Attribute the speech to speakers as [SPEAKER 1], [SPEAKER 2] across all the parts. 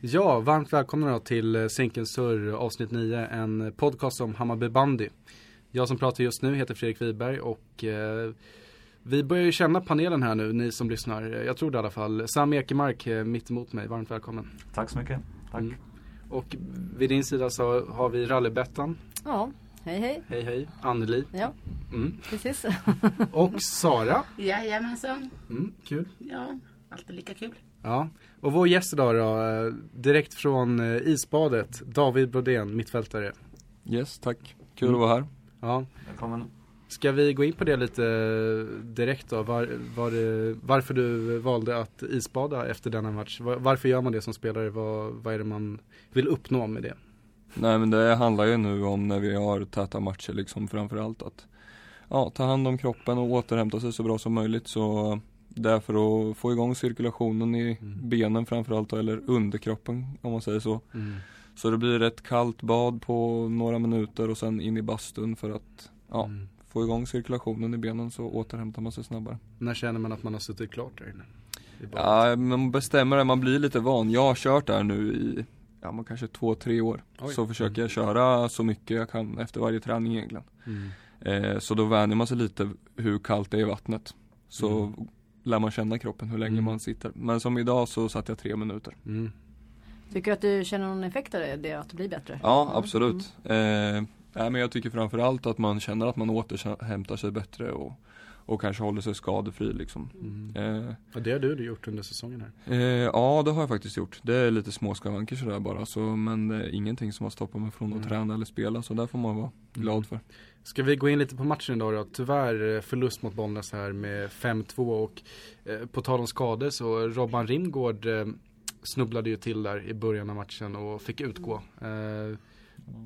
[SPEAKER 1] Ja, varmt välkomna då till Sinkelsur avsnitt 9, en podcast om Hammarby bandy. Jag som pratar just nu heter Fredrik Wiberg och eh, vi börjar ju känna panelen här nu, ni som lyssnar. Jag tror det i alla fall. Sam Ekemark eh, mitt emot mig, varmt välkommen.
[SPEAKER 2] Tack så mycket. Tack.
[SPEAKER 1] Mm. Och vid din sida så har vi Rallybettan.
[SPEAKER 3] Ja, hej hej.
[SPEAKER 1] Hej hej. Anneli.
[SPEAKER 3] Ja,
[SPEAKER 1] Mm.
[SPEAKER 3] precis.
[SPEAKER 1] Och Sara.
[SPEAKER 4] Jajamensan,
[SPEAKER 1] Mm, kul.
[SPEAKER 4] ja, alltid lika kul.
[SPEAKER 1] Ja. Och vår gäst idag då, eh, direkt från eh, isbadet, David Brodén, mittfältare.
[SPEAKER 5] Yes, tack. Kul
[SPEAKER 1] Mm.
[SPEAKER 5] att vara här.
[SPEAKER 1] Ja.
[SPEAKER 2] Välkommen.
[SPEAKER 1] Ska vi gå in på det lite direkt då? Var, var, varför du valde att isbada efter denna match? Var, varför gör man det som spelare? Vad, vad är det man vill uppnå med det?
[SPEAKER 5] Nej men det handlar ju nu om när vi har täta matcher liksom framförallt att ja, ta hand om kroppen och återhämta sig så bra som möjligt så det är för att få igång cirkulationen i
[SPEAKER 1] Mm.
[SPEAKER 5] benen framförallt eller underkroppen om man säger så.
[SPEAKER 1] Mm.
[SPEAKER 5] Så det blir ett kallt bad på några minuter och sen in i bastun för att ja,
[SPEAKER 1] Mm.
[SPEAKER 5] få igång cirkulationen i benen så återhämtar man sig snabbare.
[SPEAKER 1] När känner man att man har suttit klart där inne? I badet?
[SPEAKER 5] Ja, man bestämmer det, man blir lite van. Jag har kört där nu i ja, man kanske två, tre år.
[SPEAKER 1] Oj.
[SPEAKER 5] Så försöker jag köra så mycket jag kan efter varje träning egentligen.
[SPEAKER 1] Mm.
[SPEAKER 5] Eh, så då vänjer man sig lite hur kallt det är i vattnet. Så
[SPEAKER 1] Mm.
[SPEAKER 5] lär man känna kroppen hur länge
[SPEAKER 1] Mm.
[SPEAKER 5] man sitter. Men som idag så satt jag tre minuter.
[SPEAKER 1] Mm.
[SPEAKER 3] Tycker du att du känner någon effekt av det, det att det blir bättre?
[SPEAKER 5] Ja, absolut. Eh, nej, men jag tycker framförallt att man känner att man återhämtar sig bättre och, och kanske håller sig skadefri liksom.
[SPEAKER 1] Mm.
[SPEAKER 5] Eh,
[SPEAKER 1] Och det har du gjort under säsongen här?
[SPEAKER 5] Eh, ja det har jag faktiskt gjort. Det är lite småskavanker sådär bara så men det är ingenting som har stoppat mig från att
[SPEAKER 1] Mm.
[SPEAKER 5] träna eller spela så där får man vara glad för.
[SPEAKER 1] Ska vi gå in lite på matchen idag då? Tyvärr eh, förlust mot Bollnäs här med 5-2 och eh, på tal om skador så Robban Rimgård eh, snubblade ju till där i början av matchen och fick utgå. Eh,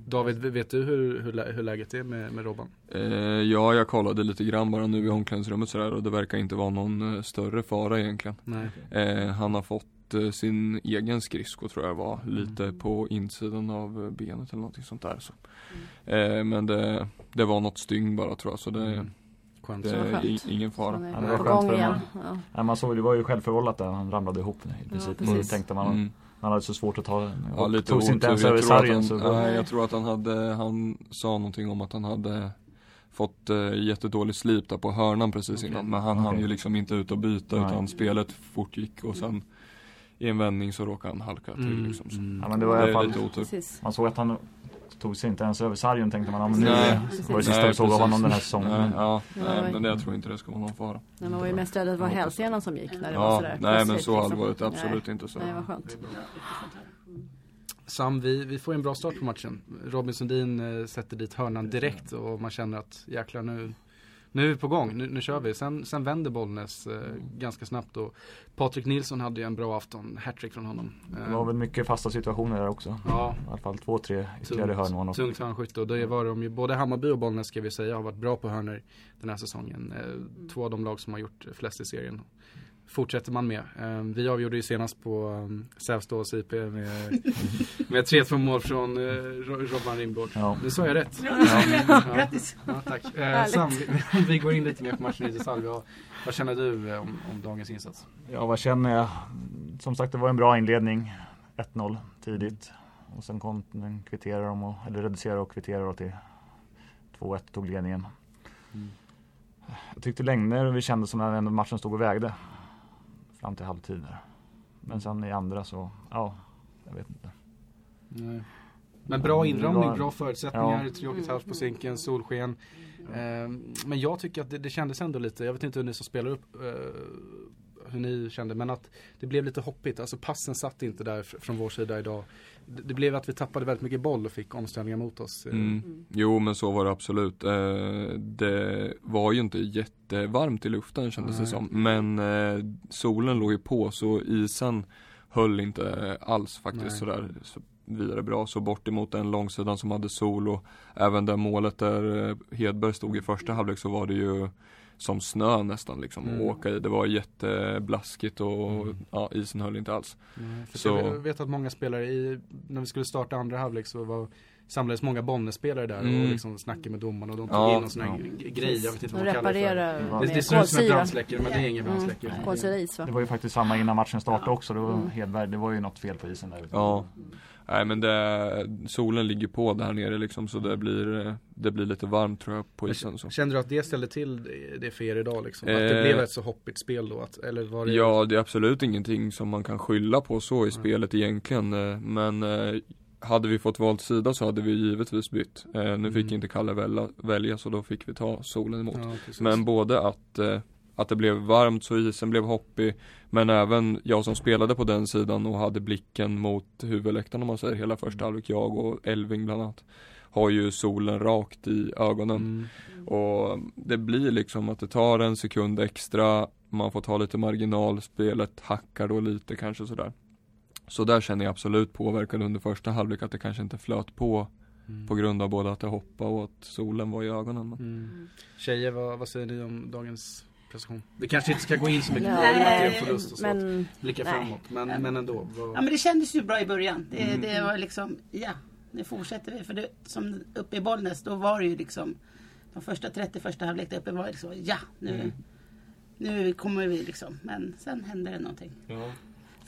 [SPEAKER 1] David, vet du hur, hur, lä- hur läget är med, med Robban?
[SPEAKER 5] Eh, ja jag kollade lite grann bara nu i omklädningsrummet sådär och det verkar inte vara någon eh, större fara egentligen.
[SPEAKER 1] Nej.
[SPEAKER 5] Eh, han har fått eh, sin egen skridsko tror jag var
[SPEAKER 3] Mm.
[SPEAKER 5] lite på insidan av eh, benet eller någonting sånt där. Så.
[SPEAKER 3] Mm.
[SPEAKER 5] Eh, men det, det var något stygn bara tror jag så det,
[SPEAKER 1] Mm. Skönt.
[SPEAKER 5] det
[SPEAKER 3] Så
[SPEAKER 5] är
[SPEAKER 3] skönt.
[SPEAKER 5] i- ingen fara.
[SPEAKER 3] Man
[SPEAKER 2] Ja, det
[SPEAKER 3] är
[SPEAKER 2] var
[SPEAKER 3] på
[SPEAKER 2] skönt
[SPEAKER 3] gång
[SPEAKER 2] för
[SPEAKER 3] igen.
[SPEAKER 2] dem.
[SPEAKER 3] Ja.
[SPEAKER 2] Ja, man såg, det var ju självförvållat där, han ramlade ihop i princip.
[SPEAKER 3] Ja,
[SPEAKER 2] Ja,
[SPEAKER 3] precis.
[SPEAKER 2] tänkte man,
[SPEAKER 5] Mm.
[SPEAKER 2] han hade så svårt att ta den.
[SPEAKER 5] Ja,
[SPEAKER 2] Och
[SPEAKER 5] lite
[SPEAKER 2] tog sig inte
[SPEAKER 5] otur.
[SPEAKER 2] ens
[SPEAKER 5] Jag
[SPEAKER 2] över
[SPEAKER 5] tror att
[SPEAKER 2] sargen. Så
[SPEAKER 5] Han, nej,
[SPEAKER 3] Nej.
[SPEAKER 5] jag tror att han hade, han sa någonting om att han hade fått eh, jättedålig slip där på hörnan precis
[SPEAKER 1] Okej.
[SPEAKER 5] innan. Men han hann
[SPEAKER 2] Okej.
[SPEAKER 5] ju liksom inte ut och byta
[SPEAKER 2] Nej.
[SPEAKER 5] utan spelet fortgick och sen i en vändning så råkade han halka till
[SPEAKER 1] Mm.
[SPEAKER 5] liksom. Så.
[SPEAKER 2] ja, men det var Mm. i alla
[SPEAKER 5] Det är
[SPEAKER 2] fall,
[SPEAKER 5] lite otur.
[SPEAKER 3] Precis.
[SPEAKER 2] man såg att han tog sig inte ens över sargen tänkte man, ja, men nu
[SPEAKER 5] Nej.
[SPEAKER 2] det var det sista
[SPEAKER 5] Nej,
[SPEAKER 2] vi såg av
[SPEAKER 5] precis.
[SPEAKER 2] honom den här säsongen.
[SPEAKER 5] Nej,
[SPEAKER 2] Men
[SPEAKER 5] ja,
[SPEAKER 3] Ja,
[SPEAKER 5] nej,
[SPEAKER 3] oj.
[SPEAKER 5] men det, jag tror inte det ska vara någon fara.
[SPEAKER 3] Nej, man var ju mest rädd att det var
[SPEAKER 5] Jag hoppas
[SPEAKER 3] hälsenan som gick när det var
[SPEAKER 5] Ja,
[SPEAKER 3] sådär
[SPEAKER 5] nej men
[SPEAKER 3] plötsligt,
[SPEAKER 5] så
[SPEAKER 3] liksom.
[SPEAKER 5] allvarligt absolut inte så.
[SPEAKER 3] Nej, nej vad skönt.
[SPEAKER 1] Sam, vi, vi får en bra start på matchen. Robin Sundin eh, sätter dit hörnan direkt och man känner att jäklar nu, nu är vi på gång, nu, nu kör vi. Sen, sen vänder Bollnäs eh, ganska snabbt och Patrik Nilsson hade ju en bra afton, hattrick från honom. Eh,
[SPEAKER 2] Det var väl mycket fasta situationer där också.
[SPEAKER 1] Ja,
[SPEAKER 2] I alla fall två, tre ytterligare
[SPEAKER 1] Tungt.
[SPEAKER 2] hörnor.
[SPEAKER 1] tungt hörnskytte och det var de ju, både Hammarby och Bollnäs ska vi säga har varit bra på hörnor den här säsongen. Eh, två av de lag som har gjort flest i serien. Fortsätter man med. Eh, vi avgjorde ju senast på eh, Sävstås IP med, med 3-2 mål från eh, Ro- Robban Rimgård.
[SPEAKER 2] Ja.
[SPEAKER 1] Nu sa jag rätt.
[SPEAKER 4] Ja.
[SPEAKER 1] Ja, tack. Eh, Sam, vi, vi går in lite mer på matchen i detalj. Vad, vad känner du eh, om, om dagens insats?
[SPEAKER 2] Ja, vad känner jag? Som sagt, det var en bra inledning. 1-0 tidigt. Och sen kom den kvitterar de, och, eller reducerar och kvitterar då till 2-1 tog ledningen.
[SPEAKER 1] Mm.
[SPEAKER 2] Jag tyckte längder vi kände som att ändå matchen stod och vägde. Fram till halvtid där. Men sen i andra så, ja, jag vet inte.
[SPEAKER 1] Men bra inramning,
[SPEAKER 2] Bra.
[SPEAKER 1] bra förutsättningar,
[SPEAKER 2] Ja.
[SPEAKER 1] tre och ett halvt på sinken, solsken. Eh, Men jag tycker att det, det kändes ändå lite, jag vet inte hur ni som spelar upp, eh, hur ni kände, men att det blev lite hoppigt. Alltså passen satt inte där fr- från vår sida idag. Det, det blev att vi tappade väldigt mycket boll och fick omställningar mot oss. Eh,
[SPEAKER 5] Mm. Jo men så var det absolut. Eh, det var ju inte jättevarmt i luften kändes det
[SPEAKER 1] Nej.
[SPEAKER 5] som. Men eh, solen låg ju på så isen höll inte alls faktiskt
[SPEAKER 1] Nej.
[SPEAKER 5] sådär så vidare bra. Så bort emot den långsidan som hade sol och även det målet där eh, Hedberg stod i första halvlek så var det ju som snö nästan liksom
[SPEAKER 1] Mm.
[SPEAKER 5] och åka i. Det var jätteblaskigt och
[SPEAKER 2] Mm.
[SPEAKER 5] ja, isen höll inte alls.
[SPEAKER 1] Nej, för
[SPEAKER 5] Så-
[SPEAKER 1] Jag vet att många spelare i, när vi skulle starta andra halvlek så var, samlades många Bonnes-spelare där och
[SPEAKER 5] Mm.
[SPEAKER 1] liksom snackade med domarna och de tog
[SPEAKER 5] Ja.
[SPEAKER 1] in någon sån här
[SPEAKER 2] Ja.
[SPEAKER 1] g- grej, jag vet inte
[SPEAKER 3] De
[SPEAKER 1] vad man kallar det för.
[SPEAKER 3] reparerar
[SPEAKER 2] Mm.
[SPEAKER 1] Det, det
[SPEAKER 3] med
[SPEAKER 1] ser ut som en
[SPEAKER 3] kolsyra.
[SPEAKER 1] brandsläckare men det är ingen brandsläckare.
[SPEAKER 3] Mm. Kolsyrais va?
[SPEAKER 2] Det var ju faktiskt samma innan matchen startade också. Det var
[SPEAKER 3] Mm.
[SPEAKER 2] Hedberg, det var ju något fel på isen där ute.
[SPEAKER 5] Ja. Nej men det, solen ligger på där nere liksom så det blir, eh, det blir lite varmt tror jag på
[SPEAKER 1] Men
[SPEAKER 5] isen. Så.
[SPEAKER 1] Kände du att det ställde till det för er idag liksom? Att
[SPEAKER 5] Eh.
[SPEAKER 1] det blev ett så hoppigt spel då? Att, eller var det
[SPEAKER 5] Ja, det är absolut ingenting som man kan skylla på så i spelet egentligen. eh, Men eh, hade vi fått valt sida så hade vi givetvis bytt. Eh, Nu fick
[SPEAKER 1] Mm.
[SPEAKER 5] inte Kalle välja, välja så då fick vi ta solen emot.
[SPEAKER 1] Ja, precis.
[SPEAKER 5] Men både att, eh, att det blev varmt så isen blev hoppig men även jag som spelade på den sidan och hade blicken mot huvudläktaren om man säger hela
[SPEAKER 1] Mm.
[SPEAKER 5] första halvlek, jag och Elving bland annat har ju solen rakt i ögonen.
[SPEAKER 1] Mm.
[SPEAKER 5] Och det blir liksom att det tar en sekund extra, man får ta lite marginal, spelet hackar då lite kanske sådär. Så där känner jag absolut påverkad under första halvlek att det kanske inte flöt på
[SPEAKER 1] Mm.
[SPEAKER 5] på grund av både att det hoppade och att solen var i ögonen. Men-
[SPEAKER 1] Mm. Tjejer, vad, vad säger ni om dagens prestation? Det kanske inte ska gå in så mycket på
[SPEAKER 4] Nej,
[SPEAKER 1] att det är en förlust och så.
[SPEAKER 5] Mm.
[SPEAKER 3] men
[SPEAKER 1] Blicka
[SPEAKER 3] nej.
[SPEAKER 1] framåt, men, men ändå. Vad...
[SPEAKER 4] Ja men det kändes ju bra i början. Det,
[SPEAKER 1] Mm.
[SPEAKER 4] det var liksom, ja, nu fortsätter vi. För det, som uppe i Bollnäs, då var det ju liksom de första 30 första halvlek där uppe var det liksom, ja, nu,
[SPEAKER 1] Mm.
[SPEAKER 4] nu kommer vi liksom. Men sen hände det någonting.
[SPEAKER 5] Ja.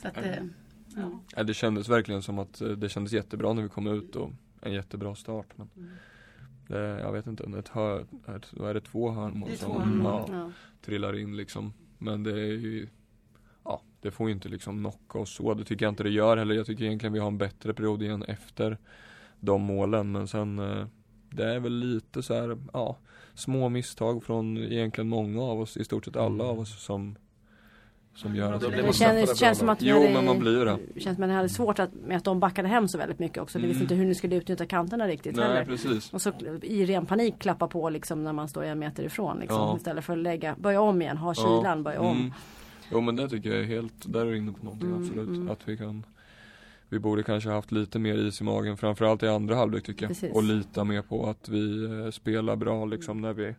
[SPEAKER 4] Så att,
[SPEAKER 5] Mm.
[SPEAKER 4] eh, ja.
[SPEAKER 5] det kändes verkligen som att eh, det kändes jättebra när vi kom ut och en jättebra start. Men
[SPEAKER 3] Mm.
[SPEAKER 5] det, jag vet inte, ett hör, ett, vad är det två
[SPEAKER 4] Det
[SPEAKER 5] hörnmål
[SPEAKER 4] är
[SPEAKER 5] som
[SPEAKER 4] två
[SPEAKER 1] hörnmål.
[SPEAKER 5] ja,
[SPEAKER 3] ja.
[SPEAKER 5] trillar in liksom. Men det är ju, ja det får ju inte liksom knocka oss så. Det tycker jag inte det gör heller. Jag tycker egentligen vi har en bättre period igen efter de målen. Men sen eh, det är väl lite så här, ja små misstag från egentligen många av oss, i stort sett alla av oss som, som gör att
[SPEAKER 1] Då
[SPEAKER 5] det
[SPEAKER 1] blir
[SPEAKER 5] blir
[SPEAKER 1] man
[SPEAKER 3] det
[SPEAKER 5] så.
[SPEAKER 1] straffade
[SPEAKER 3] känns, känns som att vi
[SPEAKER 5] Jo,
[SPEAKER 3] hade-
[SPEAKER 5] men man blir ju det.
[SPEAKER 3] känns som att ni hade svårt att, med att de backade hem så väldigt mycket också. Vi visste
[SPEAKER 5] Mm.
[SPEAKER 3] inte hur ni skulle utnyttja kanterna riktigt
[SPEAKER 5] Nej
[SPEAKER 3] heller.
[SPEAKER 5] precis.
[SPEAKER 3] Och så i ren panik klappa på liksom när man står en meter ifrån liksom,
[SPEAKER 5] Ja.
[SPEAKER 3] istället för att lägga, börja om igen, ha kylan, börja om.
[SPEAKER 5] Mm. Jo men det tycker jag är helt, där är du inne på någonting
[SPEAKER 3] Mm,
[SPEAKER 5] absolut.
[SPEAKER 3] mm.
[SPEAKER 5] Att vi kan Vi borde kanske haft lite mer is i magen framförallt i andra halvlek tycker jag.
[SPEAKER 3] Precis.
[SPEAKER 5] Och lita mer på att vi eh, spelar bra liksom när vi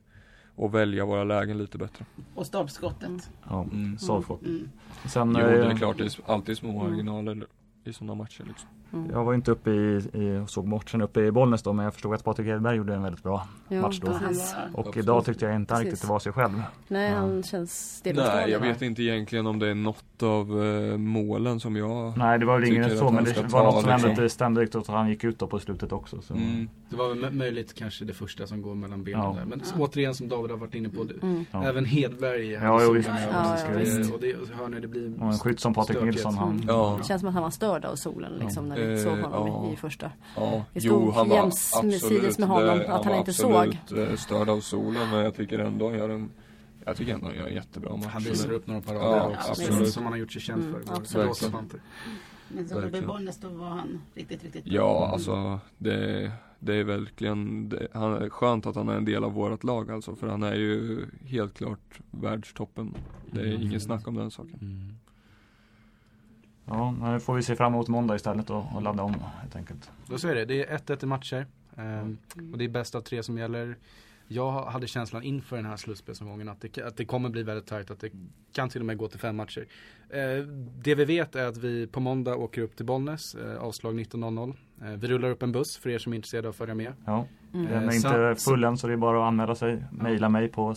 [SPEAKER 5] Och välja våra lägen lite bättre.
[SPEAKER 4] Och stolpskottet.
[SPEAKER 2] Ja.
[SPEAKER 5] Mm.
[SPEAKER 2] Salford.
[SPEAKER 4] Mm.
[SPEAKER 2] Sen,
[SPEAKER 5] Jo
[SPEAKER 2] eh,
[SPEAKER 5] det är klart det är alltid små
[SPEAKER 3] Mm.
[SPEAKER 5] marginaler i sådana matcher liksom.
[SPEAKER 3] Mm.
[SPEAKER 2] Jag var ju inte uppe i, i, och såg matchen uppe i Bollnäs då men jag förstod att Patrik Hedberg gjorde en väldigt bra.
[SPEAKER 3] Ja,
[SPEAKER 2] match då.
[SPEAKER 4] Han
[SPEAKER 3] precis.
[SPEAKER 4] var,
[SPEAKER 2] Och
[SPEAKER 5] Absolut.
[SPEAKER 2] idag tyckte jag inte han
[SPEAKER 3] Precis.
[SPEAKER 2] riktigt var sig själv.
[SPEAKER 3] Nej,
[SPEAKER 2] Ja.
[SPEAKER 3] han känns stillastående.
[SPEAKER 5] Nej jag
[SPEAKER 3] va?
[SPEAKER 5] vet inte egentligen om det är något av eh, målen som jag
[SPEAKER 2] Nej det var väl
[SPEAKER 5] Tycker
[SPEAKER 2] inget
[SPEAKER 5] att
[SPEAKER 2] så
[SPEAKER 5] han
[SPEAKER 2] men det
[SPEAKER 5] ska
[SPEAKER 2] var
[SPEAKER 5] ta
[SPEAKER 2] något som hände
[SPEAKER 5] liksom.
[SPEAKER 2] att det stämde riktigt och han gick ut då på slutet också. Så.
[SPEAKER 5] mm.
[SPEAKER 1] Det var väl mö- möjligt kanske det första som går mellan benen
[SPEAKER 2] Ja.
[SPEAKER 1] där. Men återigen som David har varit inne på, det,
[SPEAKER 3] Mm.
[SPEAKER 2] Ja.
[SPEAKER 1] även Hedberg hade
[SPEAKER 2] Ja, jo,
[SPEAKER 1] sina
[SPEAKER 2] visst.
[SPEAKER 1] ögonblick.
[SPEAKER 3] Ja,
[SPEAKER 1] Eh,
[SPEAKER 3] ja, visst.
[SPEAKER 1] Och det och så hör ni, det blir
[SPEAKER 2] Och en skytt som Patrik
[SPEAKER 1] Stökigt.
[SPEAKER 2] Nilsson han
[SPEAKER 3] Mm.
[SPEAKER 5] Ja.
[SPEAKER 3] Det känns som att han var störd av solen liksom, när vi
[SPEAKER 5] Eh,
[SPEAKER 3] såg honom i-
[SPEAKER 5] ja.
[SPEAKER 3] i första.
[SPEAKER 5] Ja,
[SPEAKER 3] Vi stod jämsides med honom, att han
[SPEAKER 5] var
[SPEAKER 3] inte
[SPEAKER 5] absolut, eh, störd av solen men jag tycker ändå han gör en, jag tycker ändå han gör en jättebra match.
[SPEAKER 1] Han visar upp några parader
[SPEAKER 5] Ja,
[SPEAKER 1] också,
[SPEAKER 5] absolut.
[SPEAKER 1] som han har gjort sig känd
[SPEAKER 3] Mm,
[SPEAKER 1] för.
[SPEAKER 3] absolut.
[SPEAKER 1] Rosa Panter.
[SPEAKER 4] men som uppe i
[SPEAKER 5] Verkligen.
[SPEAKER 4] Bollnäs då var han riktigt, riktigt bra.
[SPEAKER 5] Ja, alltså det, det är verkligen det, han, är skönt att han är en del av vårt lag alltså för han är ju helt klart världstoppen. Det
[SPEAKER 1] Mm.
[SPEAKER 5] är inget snack om den saken.
[SPEAKER 2] Ja, men nu får vi se fram emot måndag istället och, och ladda om helt enkelt.
[SPEAKER 1] Då så är det, det är 1-1 i matcher. ehm, Och det är bäst av tre som gäller. Jag hade känslan inför den här slutspelsomgången att det, att det kommer bli väldigt tajt, att det kan till och med gå till fem matcher. Eh, det vi vet är att vi på måndag åker upp till Bollnäs, eh, avslag 19.00. Eh, vi rullar upp en buss för er som är intresserade av att följa med.
[SPEAKER 2] Ja,
[SPEAKER 3] Mm.
[SPEAKER 2] den är
[SPEAKER 1] Eh,
[SPEAKER 2] inte
[SPEAKER 1] så-
[SPEAKER 2] full än så det är bara att anmäla sig. Mejla mig på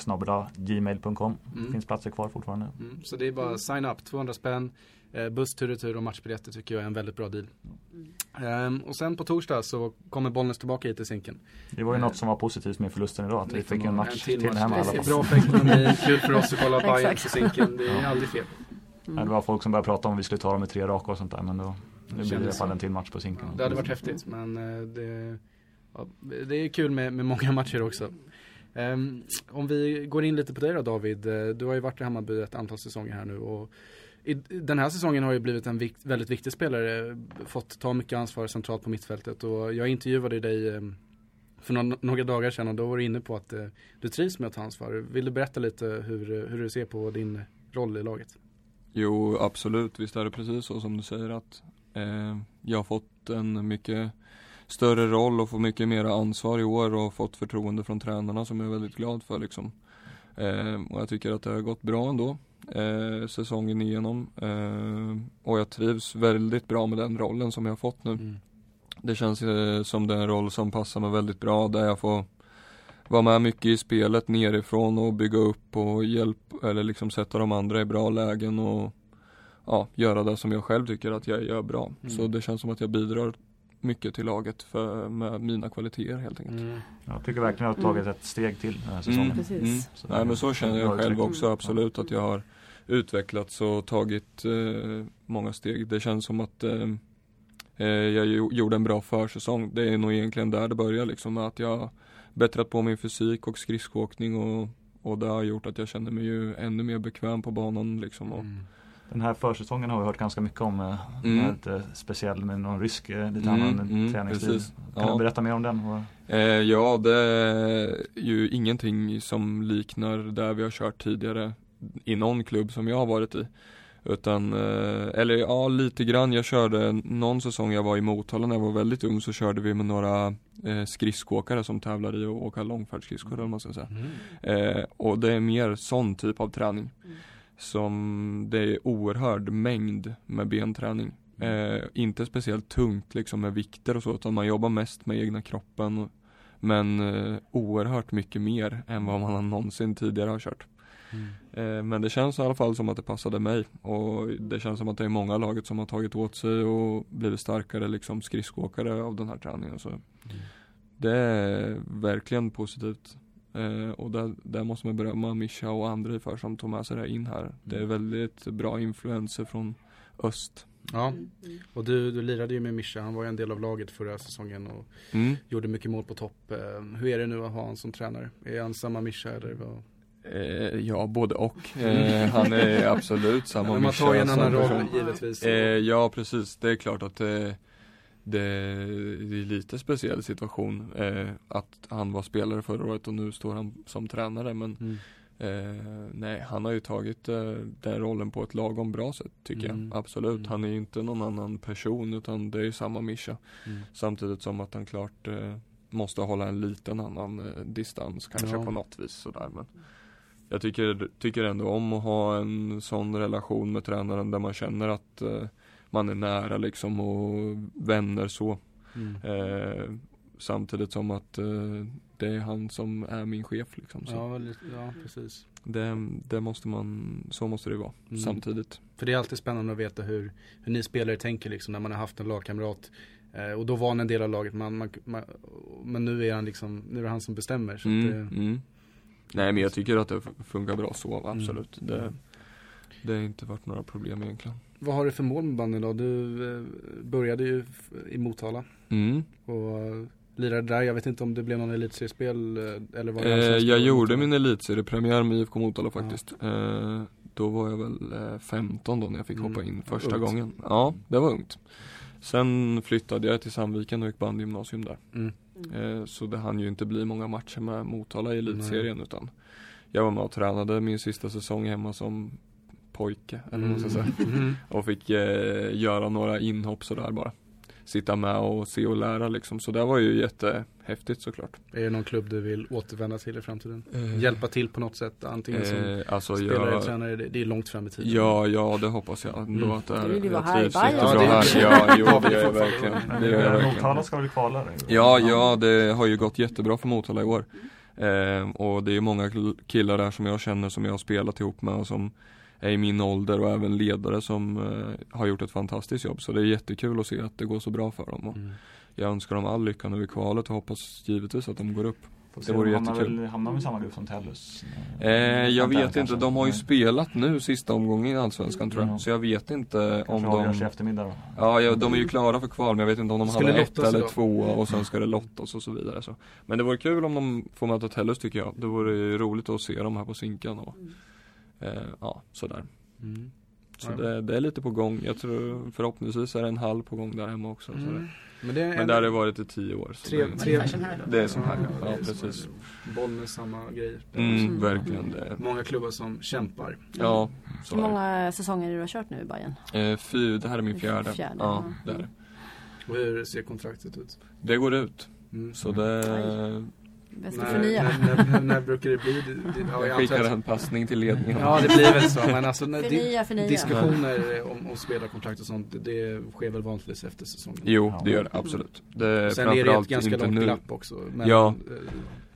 [SPEAKER 2] sam.ekemark.gmail.com.
[SPEAKER 1] Mm.
[SPEAKER 2] Finns platser kvar fortfarande.
[SPEAKER 1] Mm, så det är bara sign up, 200 spänn. Eh, buss tur och tur och matchbiljetter tycker jag är en väldigt bra deal.
[SPEAKER 2] Mm.
[SPEAKER 1] Ehm, och sen på torsdag så kommer Bollnäs tillbaka hit till Zinken.
[SPEAKER 2] Det var ju något som var positivt med förlusten idag, att vi fick en match till hemma i alla
[SPEAKER 1] Det är
[SPEAKER 2] fall.
[SPEAKER 1] bra för ekonomin, kul för oss att kolla
[SPEAKER 3] Exakt.
[SPEAKER 1] Bayern till Zinken. Det är
[SPEAKER 2] Ja.
[SPEAKER 1] aldrig fel.
[SPEAKER 3] Mm.
[SPEAKER 2] Ja, Det var folk som började prata om att vi skulle ta dem i tre raka och sånt där men då, nu blir det i alla
[SPEAKER 1] kändes
[SPEAKER 2] fall en till match på
[SPEAKER 1] Ja,
[SPEAKER 2] Zinken.
[SPEAKER 1] det hade varit häftigt men eh, det, ja, det är kul med, med många matcher också. Ehm, om vi går in lite på dig då David. Eh, Du har ju varit i Hammarby ett antal säsonger här nu och i, den här säsongen har ju blivit en vikt, väldigt viktig spelare. Fått ta mycket ansvar centralt på mittfältet och jag intervjuade ju dig eh, för några, några dagar sedan och då var du inne på att eh, du trivs med att ta ansvar. Vill du berätta lite hur, hur du ser på din roll i laget?
[SPEAKER 5] Jo absolut, visst är det precis så som du säger att eh, jag har fått en mycket större roll och får mycket mer ansvar i år och fått förtroende från tränarna som jag är väldigt glad för. Liksom. Eh, och jag tycker att det har gått bra ändå eh, säsongen igenom. Eh, och jag trivs väldigt bra med den rollen som jag har fått nu.
[SPEAKER 1] Mm.
[SPEAKER 5] Det känns eh, som den roll som passar mig väldigt bra där jag får vara med mycket i spelet nerifrån och bygga upp och hjälp eller liksom sätta de andra i bra lägen och ja, göra det som jag själv tycker att jag gör bra.
[SPEAKER 1] Mm.
[SPEAKER 5] Så det känns som att jag bidrar mycket till laget för, med mina kvaliteter helt enkelt.
[SPEAKER 1] Mm.
[SPEAKER 2] Jag tycker verkligen att jag har tagit ett steg till den här säsongen.
[SPEAKER 5] Mm.
[SPEAKER 3] Precis.
[SPEAKER 2] Så det är
[SPEAKER 5] Nej men så känner
[SPEAKER 2] bra
[SPEAKER 5] jag själv
[SPEAKER 2] utveckling.
[SPEAKER 5] också absolut att jag har utvecklats och tagit eh, många steg. Det känns som att eh, eh, jag gjo- gjorde en bra försäsong. Det är nog egentligen där det börjar liksom med att jag har bättrat på min fysik och skridskoåkning och, och det har gjort att jag känner mig ju ännu mer bekväm på banan liksom. Och,
[SPEAKER 1] Mm.
[SPEAKER 2] Den här försäsongen har vi hört ganska mycket om. eh,
[SPEAKER 5] Mm.
[SPEAKER 2] Den är lite speciell med någon rysk, eh, lite
[SPEAKER 5] Mm,
[SPEAKER 2] annan
[SPEAKER 5] mm,
[SPEAKER 2] träningsstil.
[SPEAKER 5] precis.
[SPEAKER 2] Kan
[SPEAKER 5] Ja.
[SPEAKER 2] du berätta mer om den? Vad-
[SPEAKER 5] Eh, ja, det är ju ingenting som liknar där vi har kört tidigare i någon klubb som jag har varit i. Utan, eh, eller ja lite grann, jag körde någon säsong jag var i Motala när jag var väldigt ung så körde vi med några eh, skridskoåkare som tävlar i att åka långfärdsskridskor eller vad man ska säga.
[SPEAKER 1] Mm.
[SPEAKER 5] Eh, och det är mer sån typ av träning. Som det är oerhörd mängd med benträning. Eh, inte speciellt tungt liksom med vikter och så utan man jobbar mest med egna kroppen. och- Men eh, oerhört mycket mer än vad man någonsin tidigare har kört.
[SPEAKER 1] Mm.
[SPEAKER 5] Eh, men det känns i alla fall som att det passade mig. Och det känns som att det är många i laget som har tagit åt sig och blivit starkare liksom skridskoåkare av den här träningen. Så det är verkligen positivt. Eh, och där, där måste man berömma Mischa och Andrei för som tog med sig det här in här. Det är väldigt bra influenser från öst.
[SPEAKER 1] Ja,
[SPEAKER 4] Mm.
[SPEAKER 1] och du, du lirade ju med Mischa, han var ju en del av laget förra säsongen och
[SPEAKER 5] Mm.
[SPEAKER 1] gjorde mycket mål på topp. Eh, Hur är det nu att ha honom som tränare? Är han samma Mischa eller vad?
[SPEAKER 5] Eh, ja, både och. Eh, han är absolut samma
[SPEAKER 1] Men man tar ju en
[SPEAKER 5] Mischa
[SPEAKER 1] annan
[SPEAKER 5] som person.
[SPEAKER 1] roll givetvis.
[SPEAKER 5] Eh, ja precis, det är klart att eh, det, det är lite speciell situation eh, att han var spelare förra året och nu står han som tränare men
[SPEAKER 1] Mm.
[SPEAKER 5] eh, nej han har ju tagit eh, den rollen på ett lagom bra sätt tycker
[SPEAKER 1] Mm.
[SPEAKER 5] jag absolut.
[SPEAKER 1] Mm.
[SPEAKER 5] Han är ju inte någon annan person utan det är ju samma Mischa
[SPEAKER 1] Mm.
[SPEAKER 5] samtidigt som att han klart eh, måste hålla en liten annan eh, distans kanske
[SPEAKER 1] Ja.
[SPEAKER 5] på något vis sådär men jag tycker, tycker ändå om att ha en sån relation med tränaren där man känner att eh, man är nära liksom och vänner så.
[SPEAKER 1] Mm.
[SPEAKER 5] Eh, samtidigt som att eh, det är han som är min chef liksom. Så
[SPEAKER 1] Ja, lite- ja, precis.
[SPEAKER 5] det, det måste man, så måste det vara
[SPEAKER 1] Mm.
[SPEAKER 5] samtidigt.
[SPEAKER 1] För det är alltid spännande att veta hur, hur ni spelare tänker liksom när man har haft en lagkamrat. Eh, och då var han en del av laget, man, man, man, men nu är han liksom, nu är det han som bestämmer. Så
[SPEAKER 5] Mm,
[SPEAKER 1] att det,
[SPEAKER 5] mm. Nej men jag tycker att det f- funkar bra så absolut.
[SPEAKER 1] Mm.
[SPEAKER 5] Det, det har inte varit några problem egentligen.
[SPEAKER 1] Vad har du för mål med banden då? Du eh, började ju f- i Motala
[SPEAKER 5] Mm.
[SPEAKER 1] och eh, lirade där. Jag vet inte om det blev någon elitseriespel eh, eller var det
[SPEAKER 5] Eh,
[SPEAKER 1] allsvenskt
[SPEAKER 5] jag
[SPEAKER 1] då?
[SPEAKER 5] gjorde min elitseriepremiär med IFK Motala faktiskt. Eh, då var jag väl eh, 15 då när jag fick
[SPEAKER 1] Mm.
[SPEAKER 5] hoppa in första
[SPEAKER 1] Ungt.
[SPEAKER 5] gången. Ja, det var ungt. Sen flyttade jag till Sandviken och gick bandgymnasium där.
[SPEAKER 1] Mm.
[SPEAKER 5] Eh, så det hann ju inte bli många matcher med Motala i elitserien utan jag var med och tränade min sista säsong hemma som pojke eller vad man ska säga.
[SPEAKER 1] Mm.
[SPEAKER 5] Och fick eh, göra några inhopp sådär bara. Sitta med och se och lära liksom. Så det var ju jättehäftigt såklart.
[SPEAKER 1] Är det någon klubb du vill återvända till i framtiden?
[SPEAKER 5] Eh,
[SPEAKER 1] Hjälpa till på något sätt, antingen som
[SPEAKER 5] eh, alltså
[SPEAKER 1] spelare eller
[SPEAKER 5] jag,
[SPEAKER 1] tränare, det, det är långt fram i tiden.
[SPEAKER 5] Ja, ja det hoppas jag ändå
[SPEAKER 1] Mm.
[SPEAKER 5] att det är.
[SPEAKER 3] Du vill ju
[SPEAKER 5] jag
[SPEAKER 3] vara här i
[SPEAKER 5] trivs
[SPEAKER 3] Bayern.
[SPEAKER 5] jättebra
[SPEAKER 1] Ja, det är-
[SPEAKER 5] här. Ja, jo,
[SPEAKER 1] Ja,
[SPEAKER 5] det gör jag
[SPEAKER 1] fortfarande.
[SPEAKER 5] verkligen. Det gör jag verkligen.
[SPEAKER 2] Motala ska väl kvala? där?
[SPEAKER 5] Ja, ja, det har ju gått jättebra för Motala i år. Eh, och det är ju många killar där som jag känner som jag har spelat ihop med och som är i min ålder och även ledare som eh, har gjort ett fantastiskt jobb. Så det är jättekul att se att det går så bra för dem. Och
[SPEAKER 1] Mm.
[SPEAKER 5] jag önskar dem all lycka nu i kvalet och hoppas givetvis att de går upp.
[SPEAKER 2] Får se,
[SPEAKER 5] det vore
[SPEAKER 2] de hamnar
[SPEAKER 5] jättekul.
[SPEAKER 2] Väl, hamnar vi i samma grupp som Tellus?
[SPEAKER 5] Eh, jag
[SPEAKER 2] Antar
[SPEAKER 5] vet inte,
[SPEAKER 2] kanske.
[SPEAKER 5] de har ju
[SPEAKER 2] Nej.
[SPEAKER 5] spelat nu sista omgången i Allsvenskan tror
[SPEAKER 2] Ja.
[SPEAKER 5] jag. Så jag vet inte om
[SPEAKER 2] Kanske avgörs i
[SPEAKER 5] de
[SPEAKER 2] eftermiddag då.
[SPEAKER 5] Ja, ja, de är ju klara för kval men jag vet inte om de
[SPEAKER 1] Skulle
[SPEAKER 5] hamnar
[SPEAKER 1] lottas
[SPEAKER 5] ett eller
[SPEAKER 1] idag.
[SPEAKER 5] två och sen ska det lottas och så vidare så. Men det vore kul om de får möta Tellus tycker jag. Det vore ju roligt att se dem här på Zinkan och eh, ja, sådär.
[SPEAKER 1] Mm.
[SPEAKER 5] Så
[SPEAKER 1] Ja.
[SPEAKER 5] det, det är lite på gång. Jag tror förhoppningsvis är det en hall på gång där hemma också. Så
[SPEAKER 1] Mm.
[SPEAKER 5] det.
[SPEAKER 1] Men det är
[SPEAKER 5] Men där har det varit i tio år. Så
[SPEAKER 1] Tre-
[SPEAKER 5] det,
[SPEAKER 1] tre-
[SPEAKER 4] Ungefär som här då.
[SPEAKER 5] det är som här,
[SPEAKER 1] det
[SPEAKER 5] ja
[SPEAKER 1] är som
[SPEAKER 5] precis.
[SPEAKER 1] här. Bollnäs, samma grejer.
[SPEAKER 5] Mm, verkligen det.
[SPEAKER 1] Många klubbar som kämpar.
[SPEAKER 5] Ja,
[SPEAKER 3] Hur
[SPEAKER 5] så är det.
[SPEAKER 3] många säsonger du har kört nu i Bayern?
[SPEAKER 5] Eh, fy, det här är min fjärde.
[SPEAKER 3] Fjärde, Mm.
[SPEAKER 5] Ja,
[SPEAKER 3] ja.
[SPEAKER 5] det är det.
[SPEAKER 1] Och hur ser kontraktet ut?
[SPEAKER 5] Det går ut.
[SPEAKER 1] Mm.
[SPEAKER 5] Så det...
[SPEAKER 3] Vem ska
[SPEAKER 1] När,
[SPEAKER 3] förnya?
[SPEAKER 1] när, när, när, när brukar det bli? Det, det, ja,
[SPEAKER 5] Jag
[SPEAKER 1] jag antar
[SPEAKER 5] skickar
[SPEAKER 1] att-
[SPEAKER 5] en passning till ledningen.
[SPEAKER 1] Ja det blir väl så men alltså när di-
[SPEAKER 3] Förnya, förnya.
[SPEAKER 1] diskussioner om, om spelarkontrakt och sånt det, det sker väl vanligtvis efter säsongen.
[SPEAKER 5] Jo, det gör det absolut. Det,
[SPEAKER 1] Sen är det ett
[SPEAKER 5] framförallt
[SPEAKER 1] ganska
[SPEAKER 5] inte
[SPEAKER 1] långt
[SPEAKER 5] nu.
[SPEAKER 1] glapp också. Men,
[SPEAKER 5] Ja.
[SPEAKER 1] eh,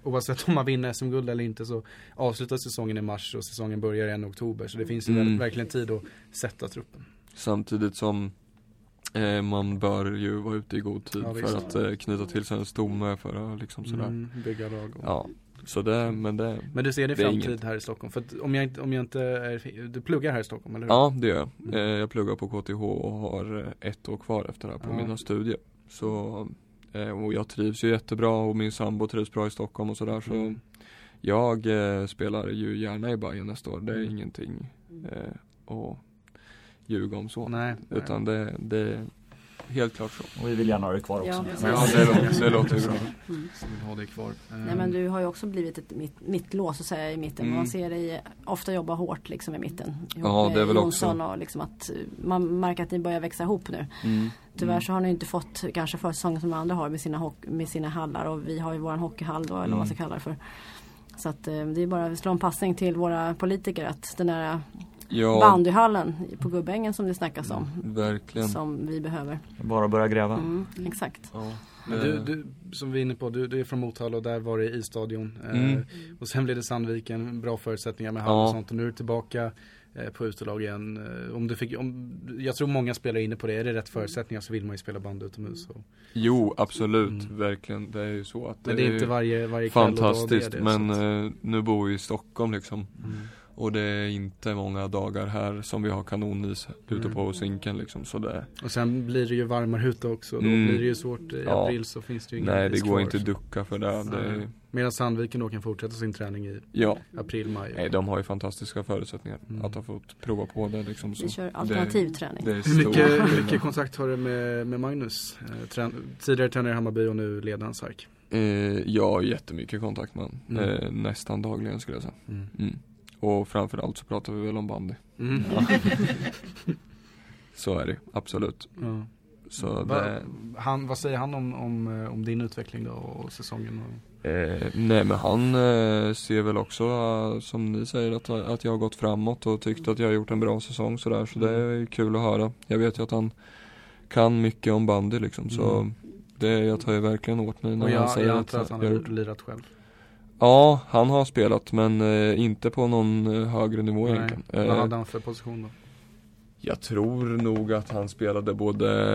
[SPEAKER 1] Oavsett om man vinner SM-guld eller inte så avslutas säsongen i mars och säsongen börjar igen i oktober. Så det finns ju
[SPEAKER 5] Mm.
[SPEAKER 1] väl- verkligen tid att sätta truppen.
[SPEAKER 5] Samtidigt som eh, man bör ju vara ute i god tid
[SPEAKER 1] Ja, visst.
[SPEAKER 5] för att eh, knyta till sig en stomme för att liksom sådär.
[SPEAKER 1] Mm, bygga lag. Och...
[SPEAKER 5] Ja, så det, men det,
[SPEAKER 1] Men du ser din
[SPEAKER 5] Det är
[SPEAKER 1] framtid
[SPEAKER 5] inget.
[SPEAKER 1] här i Stockholm? För att om jag inte, om jag inte är, du pluggar här i Stockholm eller hur?
[SPEAKER 5] ja det gör
[SPEAKER 1] Mm.
[SPEAKER 5] jag. Eh, jag pluggar på KTH och har eh, ett år kvar efter det här på
[SPEAKER 1] Ja.
[SPEAKER 5] mina studier. Så, eh, och jag trivs ju jättebra och min sambo trivs bra i Stockholm och sådär så
[SPEAKER 1] Mm.
[SPEAKER 5] jag eh, spelar ju gärna i Bayern nästa år. Det är
[SPEAKER 1] Mm.
[SPEAKER 5] ingenting eh, att ljuga om så.
[SPEAKER 1] Nej. nej.
[SPEAKER 5] Utan det, det är helt klart så.
[SPEAKER 2] Och vi vill gärna ha dig kvar
[SPEAKER 3] Ja.
[SPEAKER 2] också.
[SPEAKER 3] Ja.
[SPEAKER 5] Ja, det låter- det låter ju bra.
[SPEAKER 3] Mm.
[SPEAKER 1] Som vill ha dig kvar.
[SPEAKER 3] Nej men du har ju också blivit ett mitt, mittlås så att säga i mitten.
[SPEAKER 5] Mm.
[SPEAKER 3] Man ser dig ofta jobba hårt liksom i mitten. Ihop
[SPEAKER 5] Ja,
[SPEAKER 3] med
[SPEAKER 5] det är väl
[SPEAKER 3] Jonsson och liksom att eh, man märker att ni börjar växa ihop nu.
[SPEAKER 5] Mm.
[SPEAKER 3] Tyvärr så har ni inte fått kanske försäsongen som andra har med sina, hock- med sina hallar och vi har ju våran hockeyhall då eller
[SPEAKER 5] Mm.
[SPEAKER 3] vad man ska kalla det för. Så att eh, det är bara att slå en passning till våra politiker att den där
[SPEAKER 5] Ja, Mm,
[SPEAKER 3] bandyhallen på Gubbängen som det snackas om.
[SPEAKER 5] verkligen.
[SPEAKER 3] Som vi behöver.
[SPEAKER 2] Bara börja gräva.
[SPEAKER 3] Mm, exakt.
[SPEAKER 5] Ja.
[SPEAKER 1] Men du,
[SPEAKER 5] Eh.
[SPEAKER 1] du, som vi är inne på, du, du är från Motala och där var det isstadion. Eh,
[SPEAKER 5] Mm.
[SPEAKER 1] och sen blev det Sandviken, bra förutsättningar med hall och
[SPEAKER 5] Ja.
[SPEAKER 1] sånt. Och nu är du tillbaka eh, på utelag igen. Eh, om du fick, om, jag tror många spelare är inne på det. Är det rätt förutsättningar så vill man ju spela band utomhus. Och,
[SPEAKER 5] Jo, absolut,
[SPEAKER 1] Mm.
[SPEAKER 5] verkligen. Det är ju så att
[SPEAKER 1] men det är
[SPEAKER 5] ju
[SPEAKER 1] inte varje, varje kväll och dag det är
[SPEAKER 5] fantastiskt.
[SPEAKER 1] det,
[SPEAKER 5] men
[SPEAKER 1] så att-
[SPEAKER 5] eh, nu bor vi i Stockholm liksom.
[SPEAKER 1] Mm.
[SPEAKER 5] Och det är inte många dagar här som vi har kanonis ute
[SPEAKER 1] Mm.
[SPEAKER 5] på Zinken liksom. Så det,
[SPEAKER 1] Och sen blir det ju varmare ute också. Då
[SPEAKER 5] Mm.
[SPEAKER 1] blir det ju svårt. eh, I
[SPEAKER 5] Ja.
[SPEAKER 1] april så finns det ju ingen
[SPEAKER 5] nej, det
[SPEAKER 1] is
[SPEAKER 5] går
[SPEAKER 1] kvar.
[SPEAKER 5] inte att ducka för det. det är,
[SPEAKER 1] Nej. Medan Sandviken då kan fortsätta sin träning i
[SPEAKER 5] ja,
[SPEAKER 1] april, maj.
[SPEAKER 5] nej, de har ju fantastiska förutsättningar
[SPEAKER 1] Mm.
[SPEAKER 5] att ha fått prova på det liksom. Så
[SPEAKER 3] Vi kör alternativ träning.
[SPEAKER 5] Det är
[SPEAKER 1] Hur mycket,
[SPEAKER 5] stor
[SPEAKER 1] hur mycket
[SPEAKER 5] skillnad.
[SPEAKER 1] kontakt har du med, med Magnus? Eh, trän, tidigare tränare i Hammarby och nu ledare i SAIK.
[SPEAKER 5] Eh, jag har jättemycket kontakt med honom.
[SPEAKER 1] Mm.
[SPEAKER 5] Eh, nästan dagligen skulle jag säga.
[SPEAKER 1] Mm.
[SPEAKER 5] Mm. Och framförallt så pratar vi väl om bandy.
[SPEAKER 1] Mm.
[SPEAKER 5] Så är det absolut.
[SPEAKER 1] Ja.
[SPEAKER 5] Så
[SPEAKER 1] Va,
[SPEAKER 5] det,
[SPEAKER 1] han, vad säger han om, om, eh, om din utveckling då och säsongen? Och,
[SPEAKER 5] eh, nej men han eh, ser väl också eh, som ni säger att, att jag har gått framåt och tyckt att jag har gjort en bra säsong sådär. Så det är
[SPEAKER 1] Mm.
[SPEAKER 5] ju kul att höra. Jag vet ju att han kan mycket om bandy liksom. Så
[SPEAKER 1] Mm.
[SPEAKER 5] det, jag tar ju verkligen åt mig när
[SPEAKER 1] och
[SPEAKER 5] han
[SPEAKER 1] jag,
[SPEAKER 5] säger
[SPEAKER 1] jag antar att han har
[SPEAKER 5] jag-
[SPEAKER 1] varit och lirat själv.
[SPEAKER 5] Ja, han har spelat men eh, inte på någon eh, högre nivå
[SPEAKER 1] Nej.
[SPEAKER 5] egentligen.
[SPEAKER 1] Vad
[SPEAKER 5] Eh,
[SPEAKER 1] hade han för position då?
[SPEAKER 5] Jag tror nog att han spelade både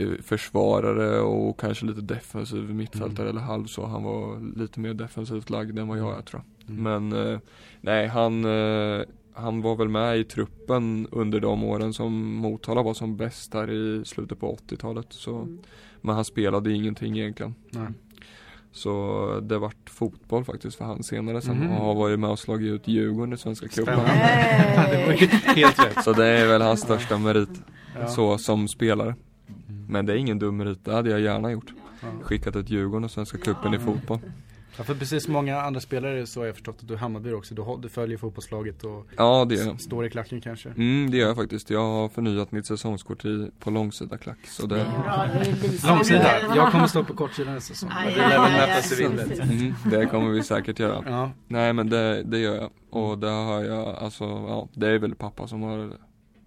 [SPEAKER 5] eh, försvarare och kanske lite defensiv mittfältare eller halv så. Han var lite mer defensivt lagd än vad jag är tror jag.
[SPEAKER 1] Mm. Mm.
[SPEAKER 5] Men eh, nej, han, eh, han var väl med i truppen under de åren som Motala var som bäst där i slutet på 80-talet. Så,
[SPEAKER 3] Mm.
[SPEAKER 5] Men han spelade egentligen egentligen.
[SPEAKER 1] Nej.
[SPEAKER 5] Så det vart fotboll faktiskt för han senare sen
[SPEAKER 1] Mhm.
[SPEAKER 5] och har varit med och slagit ut Djurgården i Svenska cupen.
[SPEAKER 1] Spännande. Det var ju helt rätt.
[SPEAKER 5] Så det är väl hans största merit.
[SPEAKER 1] Ja.
[SPEAKER 5] Så som spelare.
[SPEAKER 1] Mm.
[SPEAKER 5] Men det är ingen dum merit, det hade jag gärna gjort.
[SPEAKER 1] Ja.
[SPEAKER 5] Skickat ut Djurgården och Svenska cupen i fotboll.
[SPEAKER 1] Ja, för precis som många andra spelare så har jag förstått att du är Hammarby också. Du, har- du följer fotbollslaget och
[SPEAKER 5] Ja det gör jag.
[SPEAKER 1] s- står i klacken kanske.
[SPEAKER 5] Mm, det gör jag faktiskt. Jag har förnyat mitt säsongskort i, på långsida klack. Så det,
[SPEAKER 4] Bra.
[SPEAKER 3] Det är Lisa.
[SPEAKER 1] Långsida, jag kommer stå på kortsidan nästa säsong. Men
[SPEAKER 4] Aj,
[SPEAKER 1] vi lär väl
[SPEAKER 4] aj, aj,
[SPEAKER 1] mötas i
[SPEAKER 4] aj.
[SPEAKER 1] vintret.
[SPEAKER 5] mm, det kommer vi säkert göra.
[SPEAKER 1] Ja,
[SPEAKER 5] Nej men det, det gör jag. Och det har jag, alltså ja, det är väl pappa som har